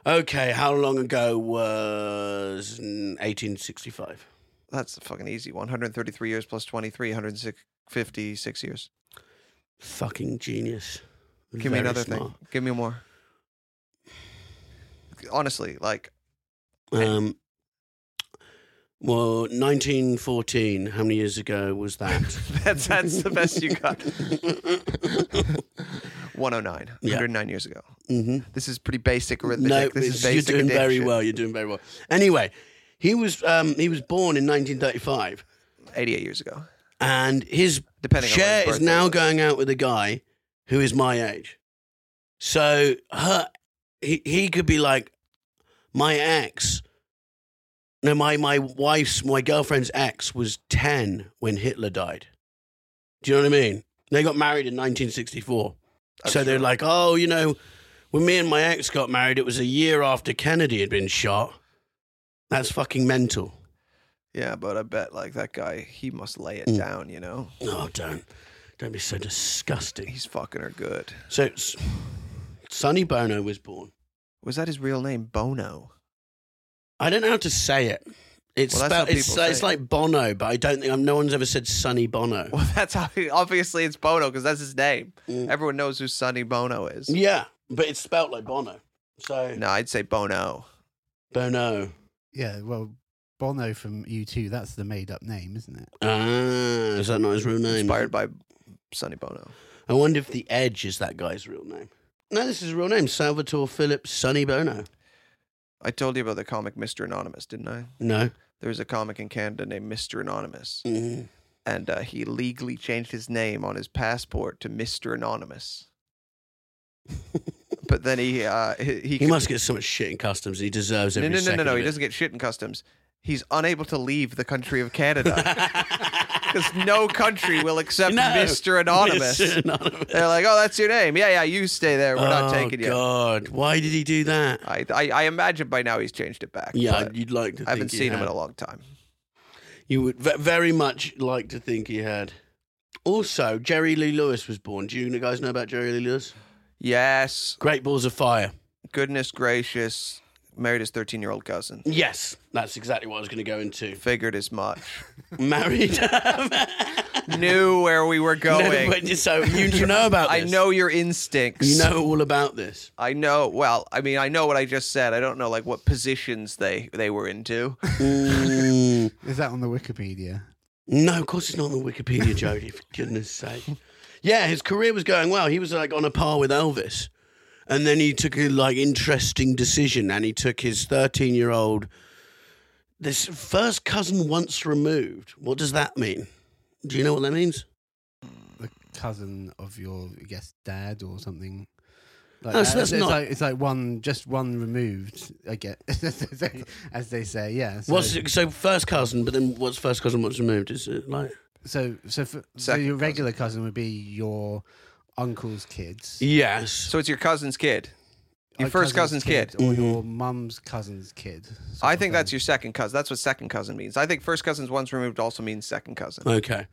Okay, how long ago was mm, 1865?
That's a fucking easy. One hundred thirty-three years plus twenty-three, one hundred fifty-six years.
Fucking genius.
Give me
Very
another
smart.
thing. Give me more. Honestly, like
Um, well, 1914. How many years ago was that?
that's that's the best you got. One hundred nine. One hundred nine years ago.
mm-hmm.
This is pretty basic arithmetic.
No,
this is
it's- you're
basic.
doing very
addition.
well. You're doing very well. Anyway, he was um, he was born in 1935.
Eighty-eight years ago.
and his
Depending on when
share
his
is
birthday
now
was.
going out with a guy who is my age. So her, he, he could be like my ex. No, my my wife's my girlfriend's ex was ten when Hitler died. Do you know what I mean? They got married in 1964, so they're like, oh, you know, when me and my ex got married, it was a year after Kennedy had been shot. That's fucking mental.
Yeah, but I bet like that guy, he must lay
Mm.
it down, you know?
Oh, don't don't be so disgusting.
He's fucking her good.
So, S- Sonny Bono was born.
Was that his real name, Bono?
I don't know how to say it. It's
Well,
spelled,
that's how
it's,
people
like- it's
say it.
like Bono, but I don't think no one's ever said Sonny Bono.
Well, that's how he, obviously it's Bono because that's his name.
Mm.
Everyone knows who Sonny Bono is.
Yeah, but it's spelt like Bono. So
No, I'd say Bono.
Bono.
Yeah, well, Bono from U2. That's the made-up name, isn't it?
Ah, is that not his real name?
Inspired by Sonny Bono.
I wonder if the Edge is that guy's real name. No, this is his real name, Salvatore Philip Sonny Bono.
I told you about the comic Mr. Anonymous, didn't I?
No.
There was a comic in Canada named Mr. Anonymous.
Mm.
and uh, he legally changed his name on his passport to Mister Anonymous. but then he uh, he,
He must get so much shit in customs. He deserves
no
every
no no no
second
no
of
he
it.
doesn't get shit in customs. He's unable to leave the country of Canada because no country will accept
No,
Mister Anonymous.
Mr. Anonymous.
They're like, oh, that's your name. Yeah, yeah, you stay there. We're not
oh,
taking you.
God, why did he do that?
I, I I imagine by now he's changed it back.
Yeah,
but
you'd like to.
I haven't
think he
seen him in
had.
a long time.
You would ve- very much like to think he had. Also, Jerry Lee Lewis was born. Do you guys know about Jerry Lee Lewis?
Yes,
Great Balls of Fire.
goodness gracious, married his 13 year old cousin.
Yes, that's exactly what I was going to go into.
Figured as much.
Married.
Knew where we were
No,
going.
but- so you, you know about
I
this.
know your instincts.
You know all about this.
I know. Well, I mean, I know what I just said. I don't know like what positions they they were into.
Mm.
Is that on the Wikipedia?
No, of course it's not on the Wikipedia, Jody. For goodness' sake. Yeah, his career was going well. He was like on a par with Elvis, and then he took a like interesting decision, and he took his thirteen-year-old, this first cousin once removed. What does that mean? Do you know what that means?
The cousin of your, I guess, dad or something. Like
Oh,
that.
so that's
it's,
not-
like, it's like one, just one removed. I get, as they say, yeah. So,
What's so first cousin, but then what's first cousin once removed? Is it like
so, so, for, so
Second
your
cousin.
regular cousin would be your uncle's kids,
yes?
So it's your cousin's kid. Your
uh,
first cousin's kid.
or your mum's cousin's kid.
I think that's your second cousin. That's what second cousin means. I think first cousin's once removed also means second cousin.
okay.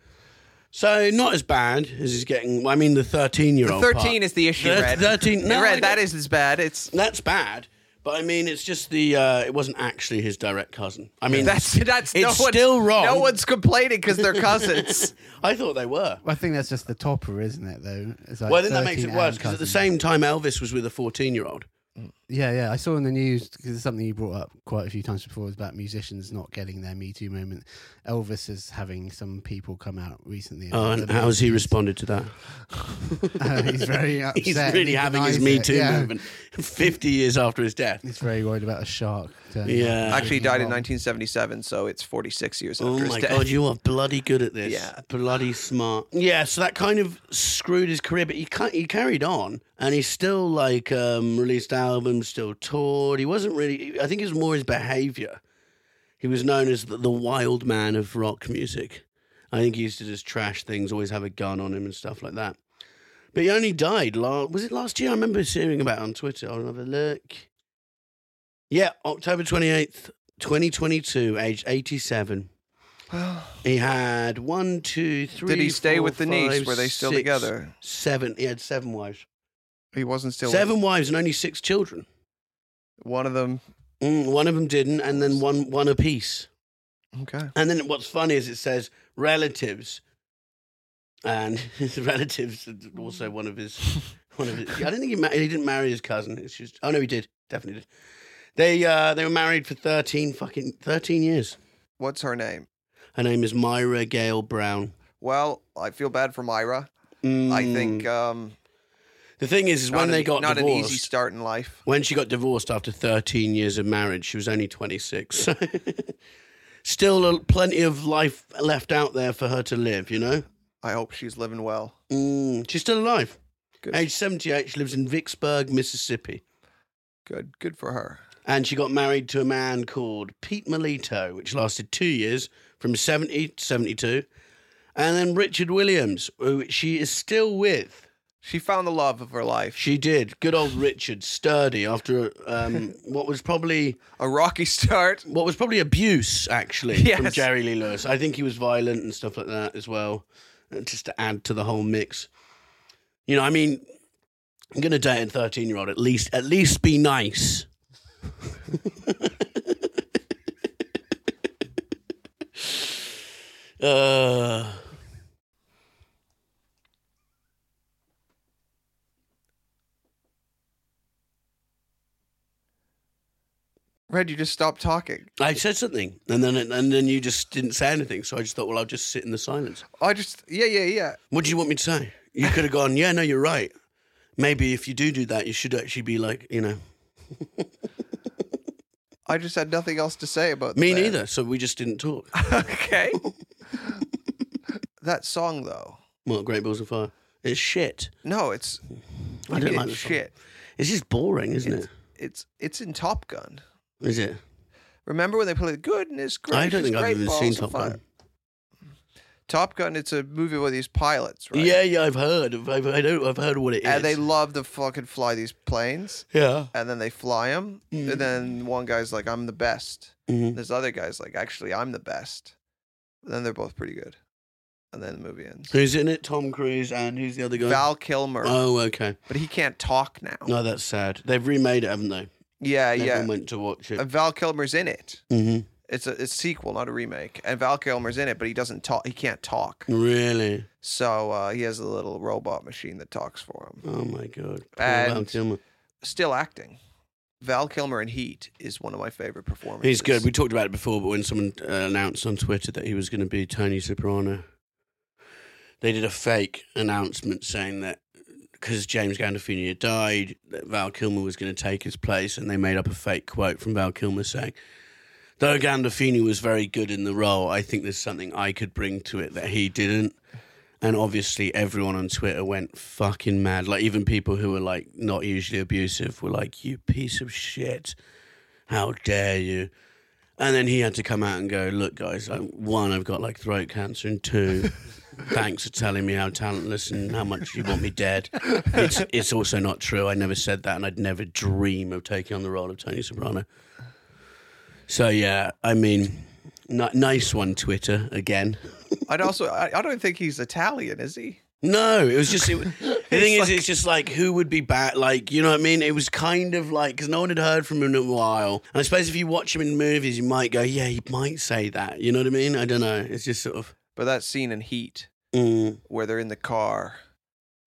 So not as bad as he's getting. I mean, the thirteen-year-old. part.
13 is the issue,
Thir-
Red.
Thirteen. No, I
Red, that
don't-
is as bad. It's
That's bad. But I mean, it's just the. Uh, it wasn't actually his direct cousin. I mean,
that's that's
it's
no one's,
still wrong.
No one's complaining because they're cousins.
I thought they were.
I think that's just the topper, isn't it? Though. It's like
well, then that makes
13
it worse
and
because at the same
cousin.
time, Elvis was with a fourteen-year-old.
Yeah, yeah. I saw in the news because it's something you brought up quite a few times before is about musicians not getting their Me Too moment. Elvis is having some people come out recently.
Oh, and how has he responded to that?
Uh, he's very upset.
He's
and
really
he
having his
denies
Me
it,
Too
yeah.
movement. Fifty years after his death.
He's very worried about a shark. turning up.
Yeah.
Actually, he died in
Well.
1977, so it's 46 years after
Oh
his
my
death.
god, you are bloody good at this.
Yeah.
bloody smart. Yeah, so that kind of screwed his career, but he ca- he carried on, and he still like um, released albums, still toured. He wasn't really. I think it was more his behaviour. He was known as the, the wild man of rock music. I think he used to just trash things, always have a gun on him and stuff like that. But he only died last. Was it last year? I remember hearing about it on Twitter. I'll have a look. Yeah, October twenty eighth, twenty twenty two, age eighty seven. He had one, two, three.
Did he stay
four,
with the niece?
five,
Were they still
six,
together?
Seven. He had seven wives.
He wasn't still
seven wives and only six children.
One of them.
Mm, one of them didn't, and then one one apiece.
Okay.
And then what's funny is it says relatives, and his relatives are also one of his one of his. I don't think he ma- he didn't marry his cousin. It's just oh no, he did definitely did. They uh, they were married for thirteen fucking thirteen years.
What's her name?
Her name is Myra Gale Brown.
Well, I feel bad for Myra. I think um,
Mm. the thing is, is
not
Hmm. when they
an- e,
got
not an
divorced,
easy start in life.
when she got divorced after 13 years of marriage, she was only 26. So Still a, plenty of life left out there for her to live, you know?
I hope she's living well.
Mm, she's still alive.
Good.
Age 78, she lives in Vicksburg, Mississippi.
Good. Good for her.
And she got married to a man called Pete Melito, which lasted two years from 70 to 72. And then Richard Williams, who she is still with.
She found the love of her life.
She did. Good old Richard, sturdy after um, what was probably
A rocky start.
what was probably abuse actually from
Yes.
Jerry Lee Lewis. I think he was violent and stuff like that as well, uh, just to add to the whole mix. You know, I mean, I'm gonna date a 13 year old. At least, at least be nice. uh,
Red, you just stopped talking.
I said something, and then and then you just didn't say anything. So I just thought, well, I'll just sit in the silence.
I just. Yeah, yeah, yeah.
What do you want me to say? You could have gone, yeah, no, you're right. Maybe if you do do that, you should actually be like, you know,
I just um, had nothing else to say about
me
that.
neither. So we just didn't talk.
okay. that song though.
Well, Great Balls of Fire. It's shit.
No, it's
I don't
it's
like the song.
shit.
It's just boring, isn't
It's,
it?
it's it's in Top Gun.
Is it?
Remember when they played Goodness Gracious?
I don't think I've
Great
even
Balls
seen
of
Top
Fire."
Gun.
Top Gun. It's a movie with these pilots, right?
Yeah, yeah, I've heard. I've, I've, I know, I've heard what it is.
And they love to fucking fly these planes,
yeah.
and then they fly them,
Hmm.
and then one guy's like, "I'm the best."
Mhm.
This other guy's like, "Actually, I'm the best." then they're both pretty good, and then the movie ends.
Who's in it? Tom Cruise and who's the other guy?
Val Kilmer,
Oh, okay.
but he can't talk now.
No, that's sad. They've remade it, haven't they?
yeah,
Everyone
Uh, yeah.
went to watch it.
And Val Kilmer's in it.
Mm-hmm.
It's a it's a sequel, not a remake. And Val Kilmer's in it, but he doesn't talk. He can't talk.
Really?
So uh, he has a little robot machine that talks for him.
Oh my god. Poor
And-
Val Kilmer.
Still acting. Val Kilmer in Heat is one of my favorite performances.
He's good. We talked about it before, but when someone uh, announced on Twitter that he was going to be Tony Soprano, they did a fake announcement saying that because James Gandolfini had died, that Val Kilmer was going to take his place, and they made up a fake quote from Val Kilmer saying. Though Gandolfini was very good in the role, I think there's something I could bring to it that he didn't. And obviously, everyone on Twitter went fucking mad. Like, even people who were like not usually abusive were like, you piece of shit. How dare you? And then he had to come out and go, look, guys, like, one, I've got like throat cancer, and two, thanks for telling me how talentless and how much you want me dead. It's, it's also not true. I never said that, and I'd never dream of taking on the role of Tony Soprano. So, yeah, I mean, ni- nice one, Twitter, again.
I'd also I, I don't think he's Italian, is he?
No, it was just. It, the thing is, it's just like who would be back? Like you know what I mean? It was kind of like because no one had heard from him in a while, and I suppose if you watch him in movies, you might go, yeah, he might say that. You know what I mean? I don't know. It's just sort of.
But that scene in Heat
Mm,
where they're in the car,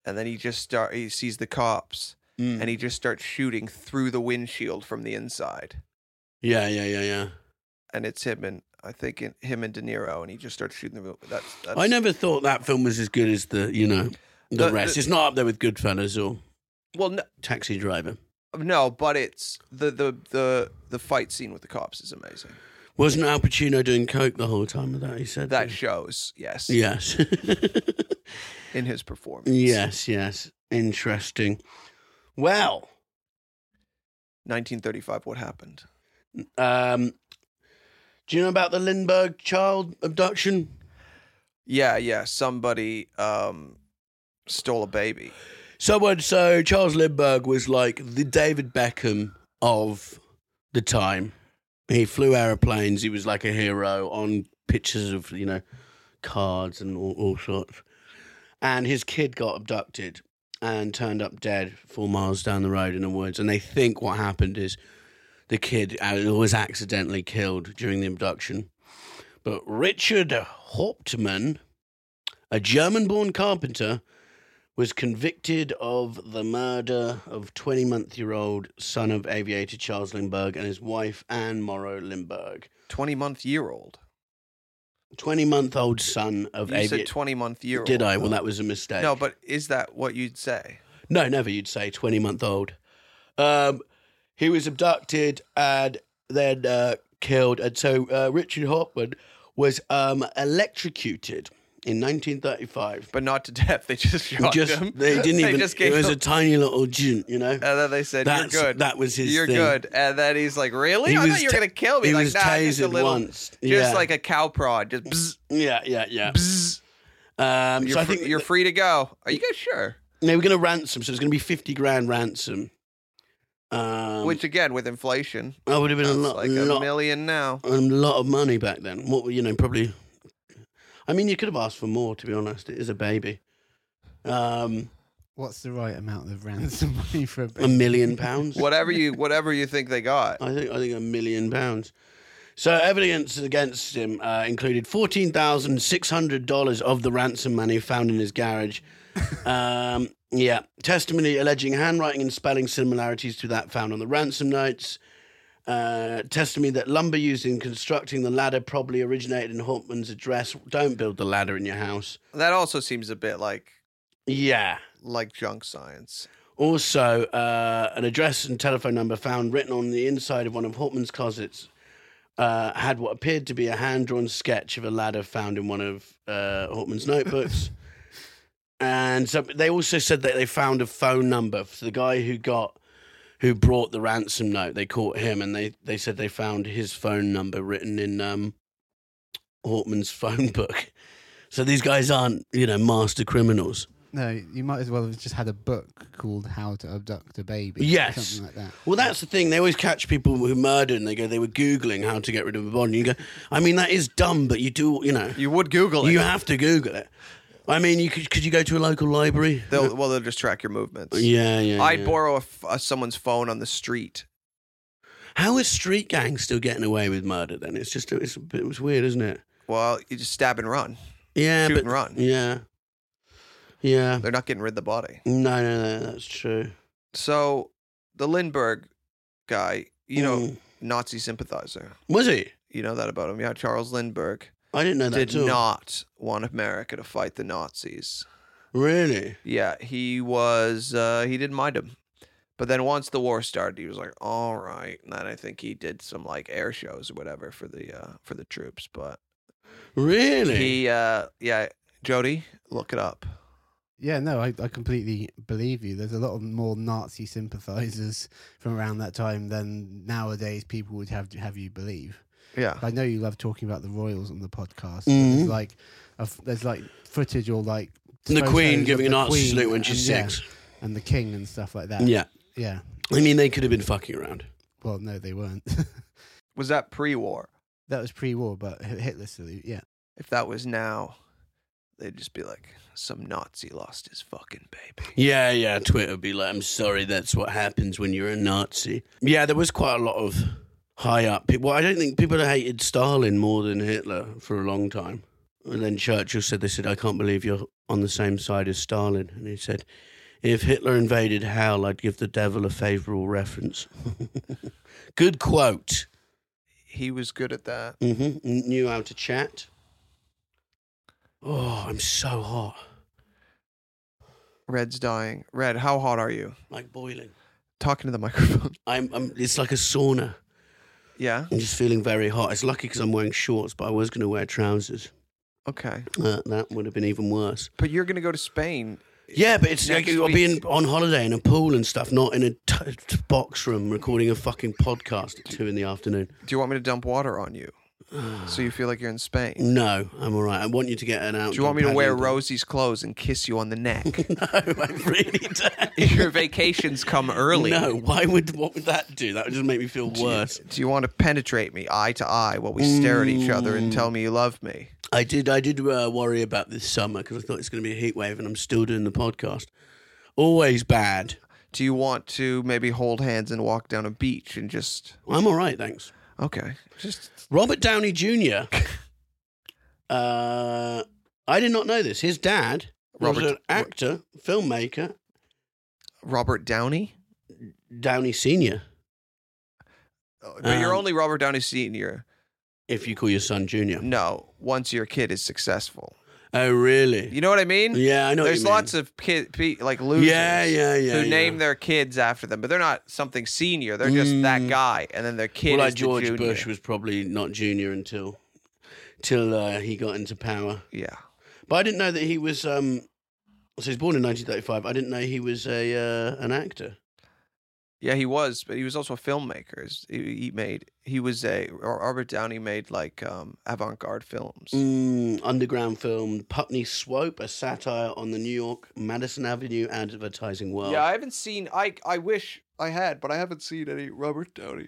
and then he just start he sees the cops,
mm.
and he just starts shooting through the windshield from the inside,
yeah, yeah, yeah, yeah.
and it's him and I think it, him and De Niro, and he just starts shooting the. That's, that's
I never thought that film was as good as the you know the,
The-
rest.
the-
it's not up there with Goodfellas or
Well, no,
Taxi Driver.
no, but it's the the the the fight scene with the cops is amazing.
Wasn't Al Pacino doing coke the whole time of that? He said
That shows, yes,
yes.
in his performance.
Yes, yes. Interesting. Well,
1935. What happened?
um, do you know about the Lindbergh child abduction?
Yeah, yeah. Somebody um stole a baby.
Someone, so Charles Lindbergh was like the David Beckham of the time. He flew aeroplanes. He was like a hero on pictures of, you know, cards and all, all sorts. And his kid got abducted and turned up dead four miles down the road in the woods. And they think what happened is the kid uh, was accidentally killed during the abduction. But Richard Hauptmann, a German born carpenter, was convicted of the murder of 20 month year old son of aviator Charles Lindbergh and his wife Anne Morrow Lindbergh.
20 month year old.
20 month old son of
You said
aviator.
20 month year old.
Did I? Well, that was a mistake.
No, but is that what you'd say?
No, never. You'd say twenty month old. Um, he was abducted and then uh, killed, and so uh, Richard Hauptmann was um, electrocuted in 1935.
But not to death. They just shot
Just
him.
they didn't even.
just
it
gave
was
him-
a tiny little gin, you know.
and then they said,
That's-
"You're good."
that was his
You're
thing.
good. And then he's like, "Really?
He
I
was
thought you were
ta-
gonna kill me."
he
like,
was
nah, just a
tasered
little,
once. Yeah.
just like a cow prod. Just, bzz,
yeah, yeah, yeah.
bzz.
Um,
You're,
so I
fr-
think
you're free to go. Are you guys sure?
they were going to ransom, so it's going to be fifty grand ransom. Um,
Which again, with inflation,
that would have been a
that's
lot,
like a
lot
million now.
a lot of money back then. What were- you know, probably. I mean, you could have asked for more. To be honest, it is a baby. Um,
What's the right amount of ransom money for a
a
baby?
million pounds.
Whatever you, whatever you think they got.
I think I think a million pounds. So evidence against him uh, included fourteen thousand six hundred dollars of the ransom money found in his garage. um, yeah, testimony alleging handwriting and spelling similarities to that found on the ransom notes. Uh, testimony that lumber used in constructing the ladder probably originated in Hauptman's address. Don't build the ladder in your house.
That also seems a bit like
Yeah.
like junk science.
Also, uh, an address and telephone number found written on the inside of one of Hortman's closets. uh, had what appeared to be a hand drawn sketch of a ladder found in one of uh, Hortman's notebooks. and so they also said that they found a phone number for the guy who got who brought the ransom note. They caught him and they, they said they found his phone number written in um, Hortman's phone book. So these guys aren't, you know, master criminals.
No, you might as well have just had a book called How to Abduct a Baby. or
Yes.
Something like that.
Well, that's the thing. They always catch people who murder and they go, they were Googling how to get rid of a body. And you go, I mean, that is dumb, but you do, you know,
You would Google it.
you have to Google it. I mean, you could, could you go to a local library?
They'll, well, they'll just track your movements.
yeah, yeah.
I'd
yeah.
borrow a f uh someone's phone on the street.
How is street gangs still getting away with murder then? It's just, it's, a bit- it's weird, isn't it?
Well, you just stab and run.
Yeah.
Shoot
but,
and run.
Yeah. Yeah.
They're not getting rid of the body.
No, no, no, that's true.
So the Lindbergh guy, you know,
Mm.
Nazi sympathizer.
Was he?
You know that about him. Yeah, Charles Lindbergh
I didn't know that
did
at all.
not want America to fight the Nazis.
Really?
Yeah, he was. Uh, he didn't mind him. But then once the war started, he was like, "All right." And then I think he did some like air shows or whatever for the uh, for the troops. But
Really?
he, uh, yeah, Jody, look it up.
Yeah, no, I, I completely believe you. There's a lot of more Nazi sympathizers from around that time than nowadays people would have have you believe.
Yeah,
I know you love talking about the royals on the podcast. but
Mhm.
There's like, a f there's like footage or like
the
photos
Queen
of
giving
the
an Nazi
Queen
salute when she's
and- yeah,
six.
and the King and stuff like that.
Yeah.
yeah.
I mean, they could have been fucking around.
Well, no, they weren't.
was that pre-war?
that was pre-war, but Hi- Hitler salute. Yeah,
If that was now, they'd just be like, "Some Nazi lost his fucking baby."
Yeah, yeah. Twitter would be like, I'm sorry, that's what happens when you're a Nazi. Yeah, there was quite a lot of high up people. I don't think people hated Stalin more than Hitler for a long time. And then Churchill said, They said, I can't believe you're on the same side as Stalin. And he said, If Hitler invaded hell, I'd give the devil a favourable reference. Good quote.
He was good at that.
hmm Knew how to chat. Oh, I'm so hot.
Red's dying. Red, how hot are you?
Like boiling.
Talking to the microphone.
I'm, I'm, it's like a sauna.
Yeah.
I'm just feeling very hot. It's lucky because I'm wearing shorts, but I was going to wear trousers.
Okay.
Uh, that would have been even worse.
But you're gonna go to Spain.
Yeah, but it's like
Next
you'll
week.
be in, on holiday in a pool and stuff, not in a t- t- box room recording a fucking podcast at two in the afternoon.
Do you want me to dump water on you? so you feel like you're in Spain.
No, I'm all right. I want you to get an out.
Do you want me to wear Rosie's clothes and kiss you on the neck?
No, I really don't.
Your vacations come early.
No, why would what would that do? That would just make me feel worse.
Do you want to penetrate me eye to eye while we stare at each other and
Mm.
tell me you love me?
I did. I did uh, worry about this summer because I thought it's going to be a heat wave, and I'm still doing the podcast. Always bad.
Do you want to maybe hold hands and walk down a beach and just
I'm all right, thanks.
okay? Just
Robert Downey Jr. uh, I did not know this. His dad
Robert-
was an actor, filmmaker,
Robert Downey.
Downey Sr.
Uh, But you're
Um,
only Robert Downey Senior.
If you call your son Junior.
No, once your kid is successful.
Oh, really?
You know what I mean?
Yeah, I know.
There's lots of kid, pe- like losers
Yeah, yeah, yeah,
who
yeah.
name their kids after them, but they're not something senior. They're just that
Mm.
guy, and then their kid
Well, like
is the
George
junior.
Bush was probably not Junior until till uh, he got into power.
yeah.
But I didn't know that he was. Um, so he's born in 1935. I didn't know he was a uh, an actor.
Yeah, he was, but he was also a filmmaker. He's- He, he made he was a Ro- Robert Downey made like um, avant-garde films.
Mm, underground film Putney Swope, a satire on the New York Madison Avenue advertising world.
Yeah, I haven't seen. I I wish I had, but I haven't seen any Robert Downey.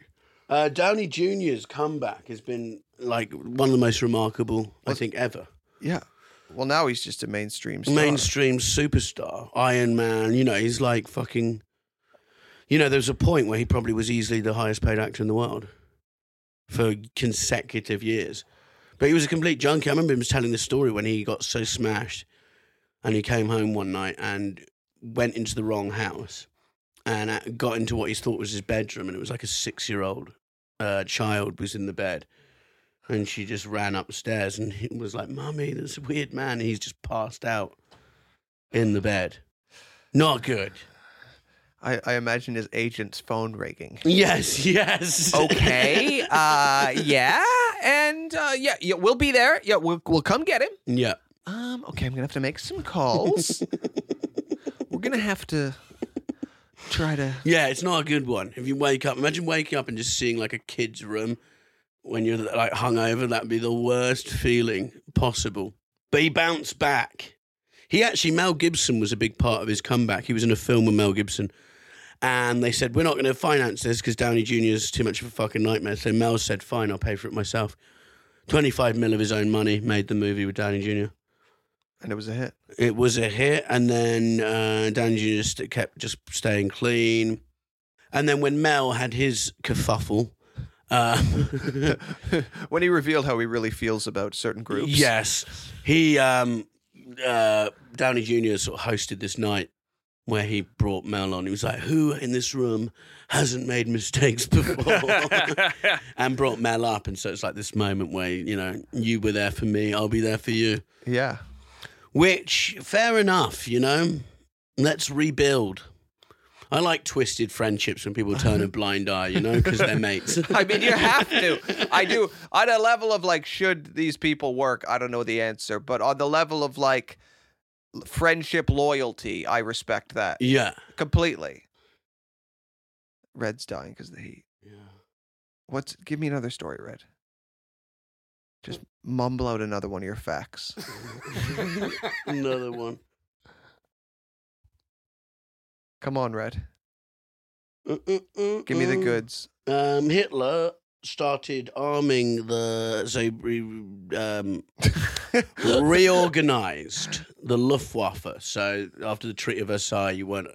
Uh, Downey Jr.'s comeback has been like one of the most remarkable, I think, ever.
Yeah. Well, now he's just a mainstream star.
Mainstream superstar, Iron Man. You know, he's like fucking. You know, there was a point where he probably was easily the highest paid actor in the world for consecutive years. But he was a complete junkie. I remember him telling this story when he got so smashed and he came home one night and went into the wrong house and uh, got into what he thought was his bedroom. And it was like a six year old uh, child was in the bed. And she just ran upstairs and he was like, Mummy, there's a weird man. And he's just passed out in the bed. Not good.
I, I imagine his agent's phone ringing.
Yes, yes.
Okay. uh, yeah. And uh, yeah, yeah, we'll be there. Yeah, we'll, we'll come get him.
Yeah.
Um, okay, I'm gonna have to make some calls. We're gonna have to try to.
Yeah, it's not a good one. If you wake up, imagine waking up and just seeing like a kid's room when you're like hungover. That'd be the worst feeling possible. But he bounced back. He actually, Mel Gibson was a big part of his comeback. He was in a film with Mel Gibson. And they said, We're not going to finance this because Downey Jr. is too much of a fucking nightmare. So Mel said, Fine, I'll pay for it myself. 25 mil of his own money made the movie with Downey Jr.
And it was a hit.
It was a hit, and then uh, Dan just kept just staying clean. And then when Mel had his kerfuffle, um,
when he revealed how he really feels about certain groups.
yes, he um, uh, Downey Jr. sort of hosted this night where he brought Mel on. He was like, "Who in this room hasn't made mistakes before?" and brought Mel up, and so it's like this moment where you know you were there for me, I'll be there for you.
Yeah.
Which, fair enough, you know. Let's rebuild. I like twisted friendships when people turn a blind eye, you know, because they're mates.
I mean, you have to. I do. On a level of like, should these people work? I don't know the answer. But on the level of like friendship loyalty, I respect that
yeah.
completely. Red's dying because of the heat. What's? Give me another story, Red. Just mumble out another one of your facts.
Another one.
Come on, Red. Give me
Mm.
the goods.
Um, Hitler started arming the. So he um, reorganized the Luftwaffe. So after the Treaty of Versailles, you weren't.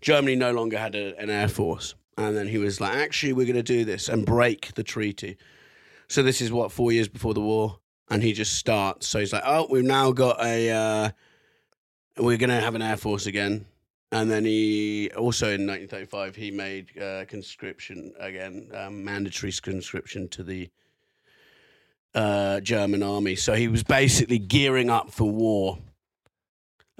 Germany no longer had a, an air force. And then he was like, actually, we're going to do this and break the treaty. So this is what four years before the war, and he just starts. So he's like, "Oh, we've now got a, uh, we're gonna have an air force again." And then he also in 1935 he made uh, conscription again, um, mandatory conscription to the uh, German army. So he was basically gearing up for war.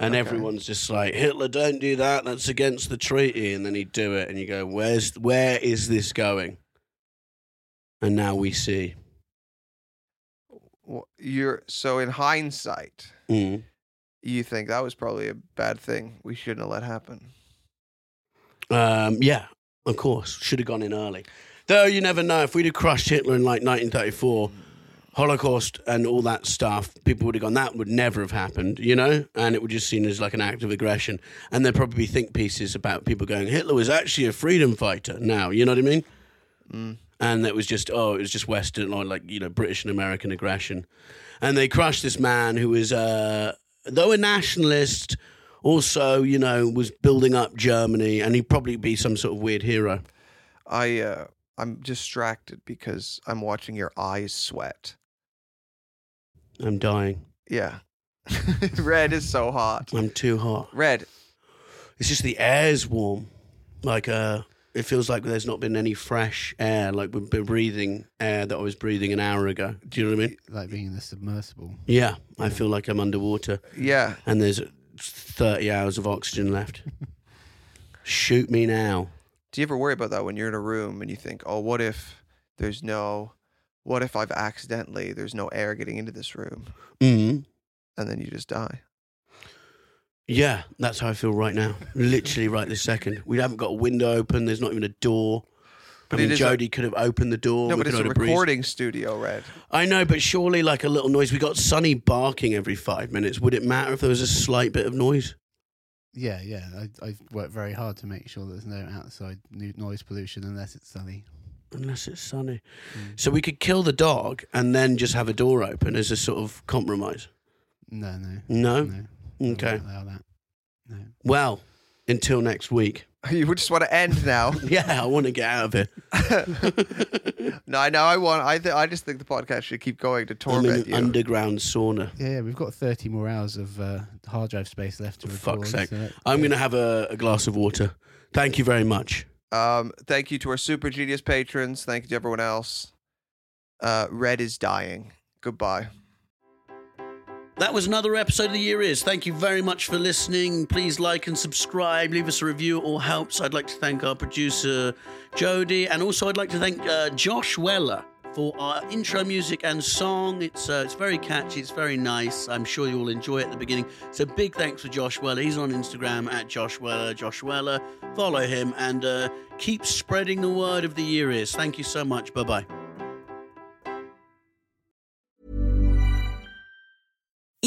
And
Okay.
everyone's just like Hitler, don't do that. That's against the treaty. And then he'd do it, and you go, "Where's where is this going?" And now we see.
Wh- You're so in hindsight,
Mm.
you think that was probably a bad thing. We shouldn't have let happen.
Um, yeah, of course. Should have gone in early. Though you never know. If we'd have crushed Hitler in like 1934, Holocaust and all that stuff, people would have gone, that would never have happened, you know? And it would just seen as like an act of aggression. And there'd probably be think pieces about people going, Hitler was actually a freedom fighter now, you know what I mean? And it was just, oh, it was just Western, or like, you know, British and American aggression. And they crushed this man who was, uh, though a nationalist, also, you know, was building up Germany, and he'd probably be some sort of weird hero.
I uh, I'm distracted because I'm watching your eyes sweat.
I'm dying.
Yeah. Red is so hot.
I'm too hot.
Red,
It's just the air's warm. Like, uh, it feels like there's not been any fresh air. Like we've been breathing air that I was breathing an hour ago. Do you know what I mean?
like being in a submersible.
Yeah, I feel like I'm underwater,
yeah.
and there's 30 hours of oxygen left. Shoot me now.
Do you ever worry about that when you're in a room and you think, "Oh, what if there's no what if I've accidentally there's no air getting into this room?"
Mm.
And then you just die.
Yeah, that's how I feel right now. Literally right this second. We haven't got a window open. There's not even a door.
But
I
it
mean,
is a-
Jody could have opened the door.
no,
we
but it's
could
a
have breezed.
recording studio, Red.
I know, but surely like a little noise. We got Sonny barking every five minutes. Would it matter if there was a slight bit of noise?
Yeah, yeah. I, I work very hard to make sure there's no outside nu- noise pollution unless it's sunny.
Unless it's Sonny.
Hmm.
So we could kill the dog and then just have a door open as a sort of compromise.
No, no.
No?
No.
Okay.
I won't allow that. No.
Well, until next week.
You would just want to end now.
Yeah, I want to get out of here.
no, I know. I want. I th- I just think the podcast should keep going to
I'm in
torment
an
you.
underground sauna.
Yeah, yeah. We've got 30 more hours of uh, hard drive space left to record.
Fuck's sake.
so that-
I'm going to have a, a glass of water. Thank you very much.
um, thank you to our super genius patrons. Thank you to everyone else. Uh, Red is dying. Goodbye.
That was another episode of The Year Is. Thank you very much for listening. Please like and subscribe. Leave us a review. It all helps. I'd like to thank our producer, Jody. And also, I'd like to thank uh, Josh Weller for our intro music and song. It's, uh, it's very catchy. It's very nice. I'm sure you will enjoy it at the beginning. So big thanks for Josh Weller. He's on Instagram at Josh Weller. Josh Weller. Follow him and uh, keep spreading the word of The Year Is. Thank you so much. Bye-bye.